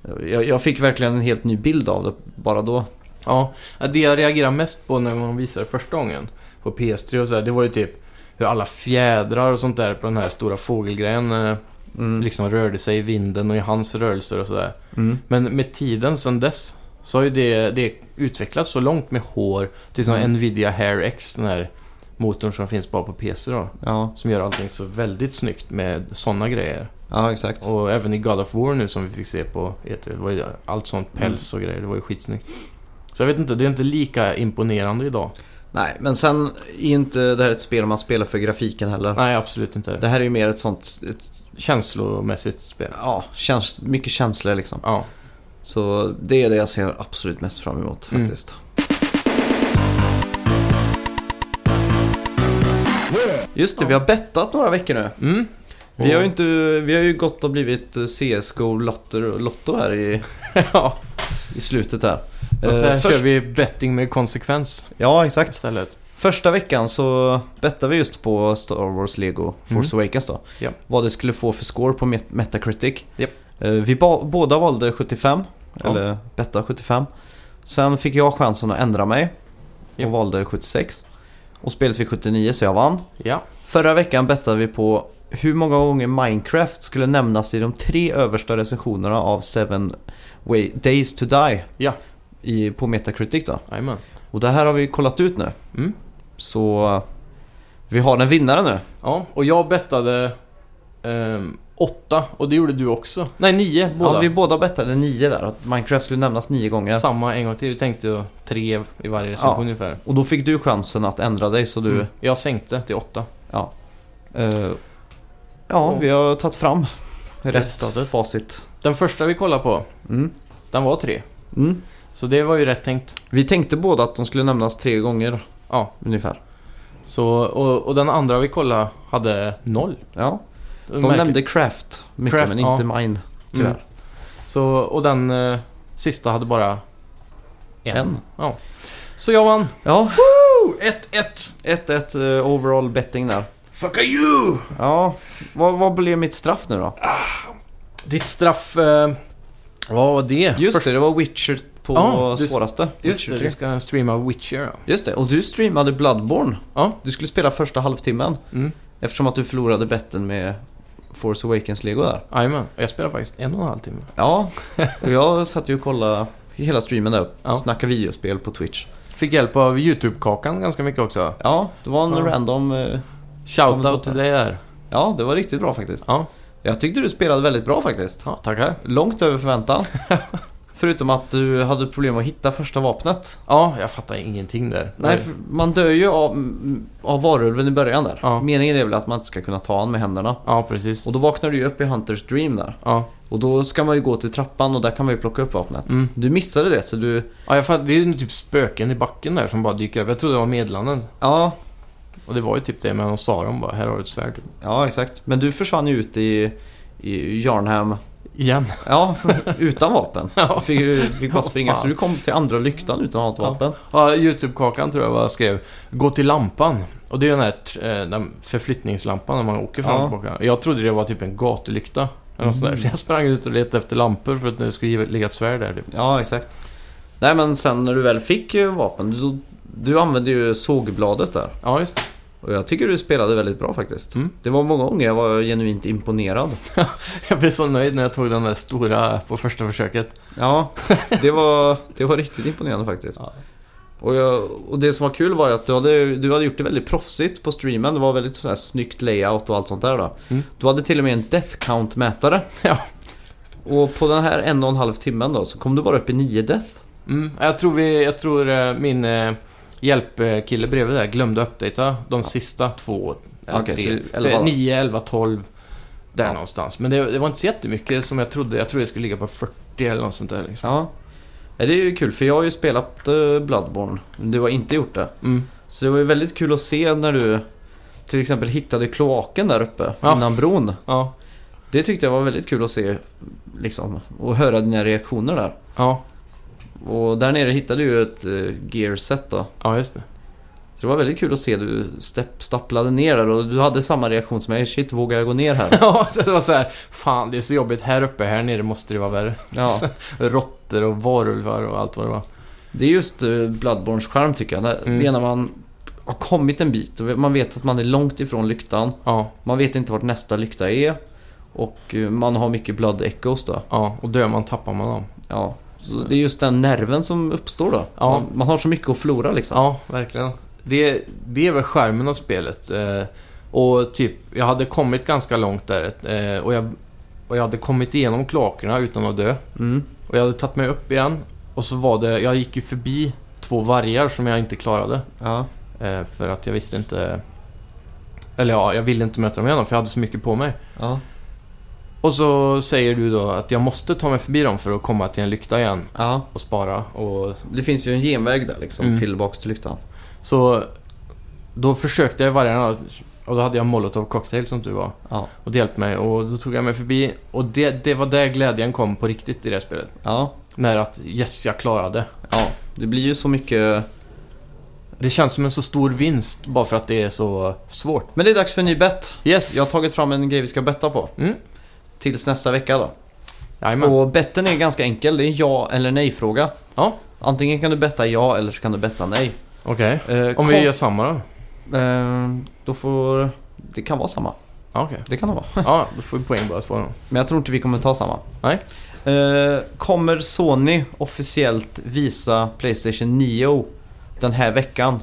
eh, jag, jag fick verkligen en helt ny bild av det bara då.
Ja, det jag reagerar mest på när man visade första gången på PS3 och så här, det var ju typ hur alla fjädrar och sånt där på den här stora fågelgrejen eh,
Mm.
liksom rörde sig i vinden och i hans rörelser och sådär.
Mm.
Men med tiden sedan dess så har ju det, det utvecklats så långt med hår till som
Mm.
Nvidia Hair X, den här motorn som finns bara på PC då.
Ja,
Som gör allting så väldigt snyggt med sådana grejer.
ja, exakt.
Och även i God of War nu som vi fick se på E3. Det var ju allt sånt
Mm.
päls och grejer. Det var ju skitsnyggt. Så jag vet inte, det är inte lika imponerande idag.
Nej, men sen är inte det här ett spel man spelar för grafiken heller.
Nej, absolut
Det
inte.
här är ju mer ett sånt, ett,
Känslomässigt spel.
ja, käns mycket känslor liksom.
Ja.
Så det är det jag ser absolut mest fram emot
Mm.
faktiskt. Just det, vi har bettat några veckor nu.
Mm.
Vi har ju,
Och-
inte, vi har ju gått och eh, blivett CSGO-lotter, Lotto här i,
ja.
i slutet här.
Och sen
Eh, först-
kör vi betting med konsekvens
Ja, exakt.
istället.
Första veckan så bettade vi just på Star Wars Lego Force Awakens då.
Mm. Ja.
Vad det skulle få för score på Met- Metacritic.
Japp.
Eh, Vi ba- båda valde 75,
Ja.
eller betta 75. Sen fick jag chansen att ändra mig
Japp.
och valde 76. Och spelet fick 79 så jag vann.
Ja.
Förra veckan bettade vi på hur många gånger Minecraft skulle nämnas i de tre översta recensionerna av Seven Way- Days to Die
Ja.
i, på Metacritic då.
Jajamän.
Och det här har vi kollat ut nu.
Mm.
Så eh, vi har en vinnare nu.
Ja, och jag bettade ehm, åtta och det gjorde du också. Nej, nio båda.
Ja, vi båda bettade nio där, att Minecraft skulle nämnas nio gånger.
Samma en gång till. Vi tänkte ju tre i varje recension
Ja.
ungefär.
Och då fick du chansen att ändra dig så du...
Mm. Jag sänkte till åtta.
eh, ja,
Mm.
vi har tagit fram rätt
Resultatet.
facit.
Den första vi kollade på,
Mm.
den var tre.
Mm.
Så det var ju rätt tänkt.
Vi tänkte båda att de skulle nämnas tre gånger
Ja.
ungefär.
Så, och, och den andra vi kollade hade noll.
Ja,
Det var
de
märkligt.
nämnde Craft mycket
Craft,
men inte Mine tyvärr.
Mm. Så, och den eh, sista hade bara en.
En.
Ja. Så jag vann.
Ja,
1-1.
1-1 eh, overall betting där.
Fuck you!
Ja, vad, vad blev mitt straff nu då?
Ditt straff... Eh, vad var det?
Just det, det var Witcher på
Ja, du-
svåraste.
Just
Witcher
det,
3.
du ska streama Witcher. ja.
Just det, och du streamade Bloodborne.
Ja.
Du skulle spela första halvtimmen.
Mm.
Eftersom att du förlorade betten med Force Awakens-lego där.
Jajamän, jag spelar faktiskt en och en halv timme.
Ja, och jag satt ju och kollade hela streamen där.
Ja.
Snacka videospel på Twitch.
Fick hjälp av YouTube-kakan ganska mycket också.
Ja, det var en
Ja.
random... eh,
Shoutout till dig där.
Ja, det var riktigt bra faktiskt.
Ja.
Jag tyckte du spelade väldigt bra faktiskt.
Ja, tackar.
Långt över förväntan. Förutom att du hade problem att hitta första vapnet.
Ja, jag fattar ingenting där.
Nej, för man dör ju av, mm, av varulven i början där.
Ja.
Meningen är väl att man inte ska kunna ta han med händerna.
Ja, precis.
Och då vaknar du ju upp i Hunters Dream där.
Ja.
Och då ska man ju gå till trappan och där kan man ju plocka upp vapnet.
Mm.
Du missade det så du...
ja, jag fattar. Det är ju typ spöken i backen där som bara dyker upp. Jag trodde det var meddelanden.
Ja,
Och det var ju typ det, men de sa de bara här har du ett svärd.
ja exakt. Men du försvann ju ut i, i Jarnham.
Igen.
Ja, utan vapen.
Ja.
Fick, ju- fick bara springa.
Ja, fan.
så du kom till andra lyktan utan att ha ett
Ja.
vapen.
Ja, YouTube-kakan tror jag var skrev Gå till lampan. Och det är den här tr- eh, den förflyttningslampan när man åker fram
Ja.
och tillbaka. Jag trodde det var typ en gatulykta. Eller något sånt där.
Mm.
Så jag sprang ut och letade efter lampor för att det skulle ge- ligga ett svärd där. Typ.
Ja, exakt. Nej, men sen när du väl fick eh, vapen, du, du använde ju sågbladet där.
Ja, just
Och jag tycker du spelade väldigt bra faktiskt.
Mm.
Det var många gånger jag var genuint imponerad.
Jag blev så nöjd när jag tog den där stora på första försöket.
Ja, det var, det var riktigt imponerande faktiskt.
Ja.
Och, jag, och det som var kul var ju att du hade, du hade gjort det väldigt proffsigt på streamen. Det var väldigt så här snyggt layout och allt sånt där då.
Mm.
Du hade till och med en death count-mätare.
Ja.
Och på den här en och en halv timmen då så kom du bara upp i nio death.
Mm, jag tror, vi, jag tror eh, min eh, hjälpkille bredvid där glömde uppdatera de sista två, eller
Okej,
tre.
så
Så,
elva då.
9, 11, 12. Där
Ja.
någonstans. Men det, det var inte så jättemycket som jag trodde. Jag trodde det skulle ligga på 40 eller något sånt där. Liksom.
Ja. Ja, Det är ju kul för jag har ju spelat eh, Bloodborne. Men du har inte gjort det.
Mm.
Så det var ju väldigt kul att se när du till exempel hittade kloaken där uppe
Ja.
innan bron.
Ja.
Det tyckte jag var väldigt kul att se liksom, och höra dina reaktioner där.
Ja.
Och där nere hittade du ju ett eh, gearset då.
ja, just det.
Så det var väldigt kul att se du stepp, stapplade ner där och du hade samma reaktion som jag. Shit, vågar jag gå ner här?
Ja, det var så här. Fan, det är så jobbigt här uppe. Här nere måste det vara värre.
Ja.
Råttor och varulvar och allt vad det var.
Det är just eh, Bloodborns charm tycker jag. När-
Mm.
Det är när man har kommit en bit och man vet att man är långt ifrån lyktan.
Ja,
Man vet inte vart nästa lykta är. Och eh, man har mycket blood echoes då.
ja. Och dör man tappar man dem.
Ja. Så det är just den nerven som uppstår då.
Ja.
Man, man har så mycket att förlora liksom.
Ja, verkligen. Det, det är väl skärmen av spelet. Eh, och typ, jag hade kommit ganska långt där. Eh, och, jag, och jag hade kommit igenom kloakerna utan att dö.
Mm.
Och jag hade tagit mig upp igen. Och så var det, jag gick ju förbi två vargar som jag inte klarade.
Ja.
Eh, för att jag visste inte... Eller ja, jag ville inte möta dem igen för jag hade så mycket på mig.
Ja.
Och så säger du då att jag måste ta mig förbi dem för att komma till en lykta igen
ja.
och spara. Och
Det finns ju en genväg där liksom.
Mm.
Tillbaks till lyktan.
Så då försökte jag i vargarna och då hade jag molotov cocktail som du var.
Ja.
Och det hjälpte mig och då tog jag mig förbi och det, det var där glädjen kom på riktigt i det här spelet.
Ja.
När att yes, jag klarade.
Ja. Det blir ju så mycket...
Det känns som en så stor vinst bara för att det är så svårt.
Men det är dags för en ny bett.
Yes!
Jag har tagit fram en grej vi ska betta på.
Mm.
Tills nästa vecka då.
Jajamän.
Och betten är ganska enkel. Det är en ja eller nej fråga.
Ja.
Antingen kan du betta ja eller så kan du betta nej.
Okej.
Eh,
Om
kom-
vi gör samma då?
eh, då får... Det kan vara samma.
Ja, okej.
Det kan det vara.
Ja, då får vi poäng bara två då.
Men jag tror inte vi kommer ta samma.
Nej.
Eh, kommer Sony officiellt visa Playstation 9 den här veckan?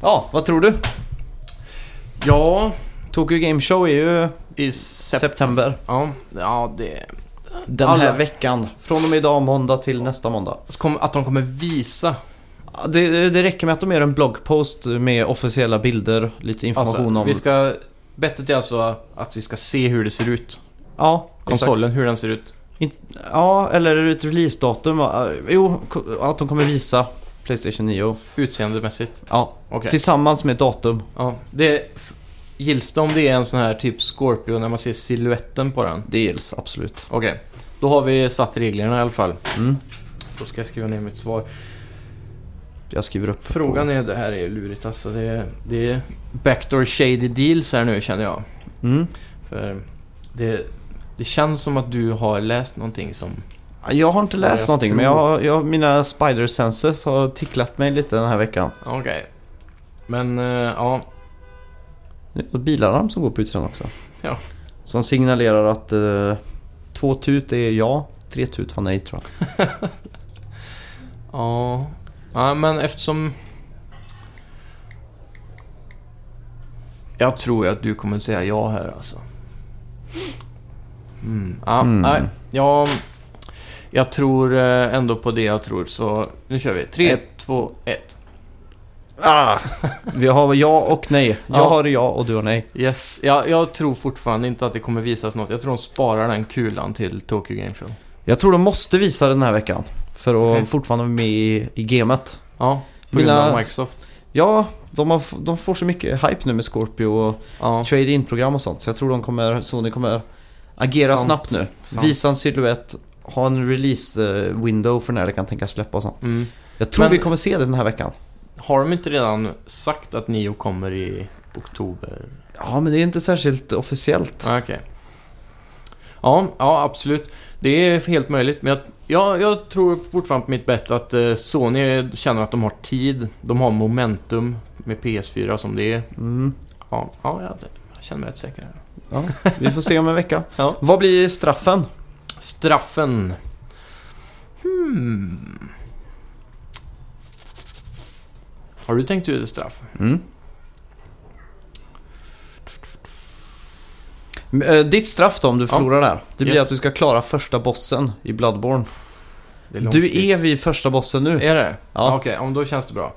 Ja, vad tror du?
Ja,
Tokyo Game Show är ju
i sep-
september.
ja, ja, det...
Den
Alla-
här veckan. Från och med idag måndag till nästa måndag.
Så kom- Att de kommer visa.
Ja, Det, det räcker med att de gör en bloggpost med officiella bilder, lite information
Alltså,
om...
vi ska... Bettet är alltså att vi ska se hur det ser ut.
Ja,
Konsolen, hur den ser ut.
Exakt. Inte- Ja, eller ett releasedatum. va? Eh, Jo, ko- att de kommer visa Playstation 9.
Utseendemässigt.
Ja,
Okej.
tillsammans med datum.
Ja, det... f- Gills det om det är en sån här typ Scorpio när man ser siluetten på den?
Det gills absolut.
Okej. Då har vi satt reglerna i alla fall.
Mm.
Då ska jag skriva ner mitt svar.
Jag skriver upp.
Frågan är... Det här är lurigt alltså. Det är, det är backdoor shady deals här nu känner jag.
Mm.
För det, det känns som att du har läst någonting som...
Jag har inte läst
Jag
någonting men
tror-
jag, jag, mina spider senses har ticklat mig lite den här veckan.
Okej. Men eh, ja.
Och bilalarm som går på utsidan också.
Ja.
Som signalerar att eh, två tut är ja, tre tut var nej tror jag.
Ja. ja, men eftersom... Jag tror ju att du kommer säga ja här alltså. Mm. Ja,
Mm.
Nej, jag, jag tror eh, ändå på det jag tror, så nu kör vi. Tre, två, ett.
Ah! Vi har ja och nej. Jag
Ja.
har ja och du har nej.
Yes, jag, jag tror fortfarande inte att det kommer visas något. Jag tror de sparar den kulan till Tokyo Game Show.
Jag tror de måste visa det den här veckan. För att
Okej.
fortfarande vara med i, i gamet.
Ja, på grund
Mina-
av Microsoft.
Ja, de, har, f- de får så mycket hype nu med Scorpio och
Ja,
trade-in-program och sånt. Så jag tror de kommer, Sony kommer agera
Sant.
snabbt nu.
Sant.
Visa en silhuett, ha en release-window för när det kan tänkas släppa och sånt.
mm.
Jag tror
Men-
vi kommer se det den här veckan.
Har de inte redan sagt att Nio kommer i oktober?
Ja, men det är inte särskilt officiellt.
Ah, Okej. Ja, ja, absolut. Det är helt möjligt. Men jag, ja, jag tror fortfarande på mitt bett att eh, Sony känner att de har tid. De har momentum med PS4 som det är.
Mm.
Ja, ja jag, jag känner mig rätt säker. här.
Ja, vi får se om en vecka.
Ja.
Vad blir straffen?
Straffen. Hmm. Har du tänkt ut ett straff?
Mm. M- eh, Ditt straff då, om du
Ja.
förlorar där. Det blir
Yes.
att du ska klara första bossen i Bloodborne.
Det långt
Du
dit.
är vid första bossen nu.
Är det?
Ja.
Okej, om då känns det bra.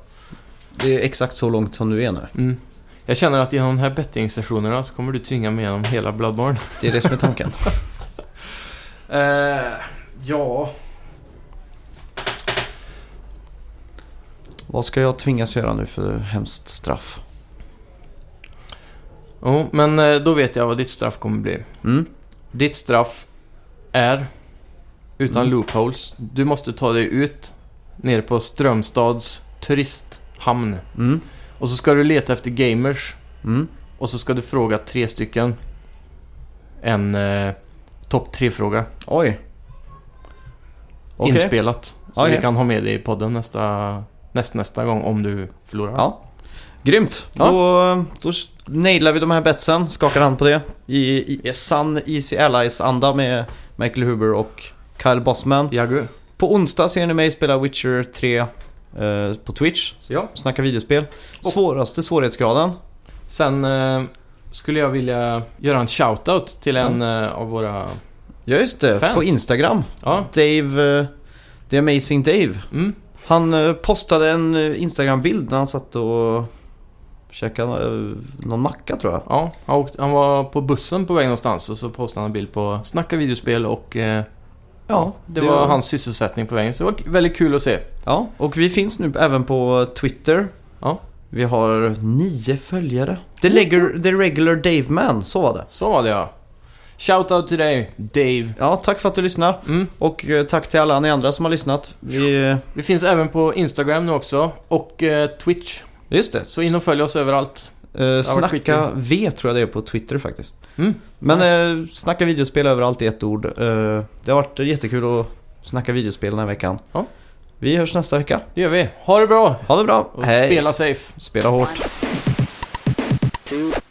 Det är exakt så långt som du är nu.
Mm. Jag känner att i de här betting-sessionerna så kommer du tvinga mig igenom hela Bloodborne.
Det är det som är tanken. Eh,
ja...
Vad ska jag tvingas göra nu för hemskt straff?
Jo, men eh, då vet jag vad ditt straff kommer bli.
Mm.
Ditt straff är, utan
Mm.
loopholes, du måste ta dig ut nere på Strömstads turisthamn.
Mm.
Och så ska du leta efter gamers
Mm.
och så ska du fråga tre stycken en eh, topp tre-fråga.
Oj. Okej.
Inspelat. Så
Okej.
vi kan ha med det i podden nästa, nästnästa gång om du förlorar.
Ja. Grymt!
Ja.
Då, då nailar vi de här betsen, skakar hand på det. I, i
Yes.
sann Easy Allies-anda med Michael Huber och Kyle Bossman.
Jagu.
På onsdag ser ni mig spela Witcher 3 eh, på Twitch.
Ja.
Snacka videospel.
Och-
Svåraste svårighetsgraden.
Sen eh, skulle jag vilja göra en shoutout till en eh, av våra...
Ja just det,
Fans.
på Instagram.
Ja.
Dave... Eh, The Amazing Dave.
Mm.
Han eh, postade en eh, Instagram-bild när han satt och käkade eh, någon macka tror jag.
Ja, han, åkte, han var på bussen på väg någonstans och så postade han en bild på Snacka videospel och eh,
Ja,
det var hans sysselsättning på vägen. Så det var k- väldigt kul att se.
Ja, och vi finns nu även på Twitter.
Ja.
Vi har nio följare. The, Legger, the regular Daveman, så var det.
Så var det ja. Shoutout till dig, Dave.
Ja, tack för att du lyssnar.
Mm.
Och eh, tack till alla ni andra som har lyssnat. Vi, eh,
Vi finns även på Instagram nu också och eh, Twitch.
just det.
Så in och följ oss överallt.
Eh, snacka
skitkul.
V tror jag det är på Twitter faktiskt.
Mm.
Men
Nice.
eh, snacka videospel överallt i ett ord. Eh, det har varit jättekul att snacka videospel den här veckan.
Ja.
Vi hörs nästa vecka.
Det gör vi. Ha det bra
Ha det bra.
och spela safe.
Spela hårt.
Two.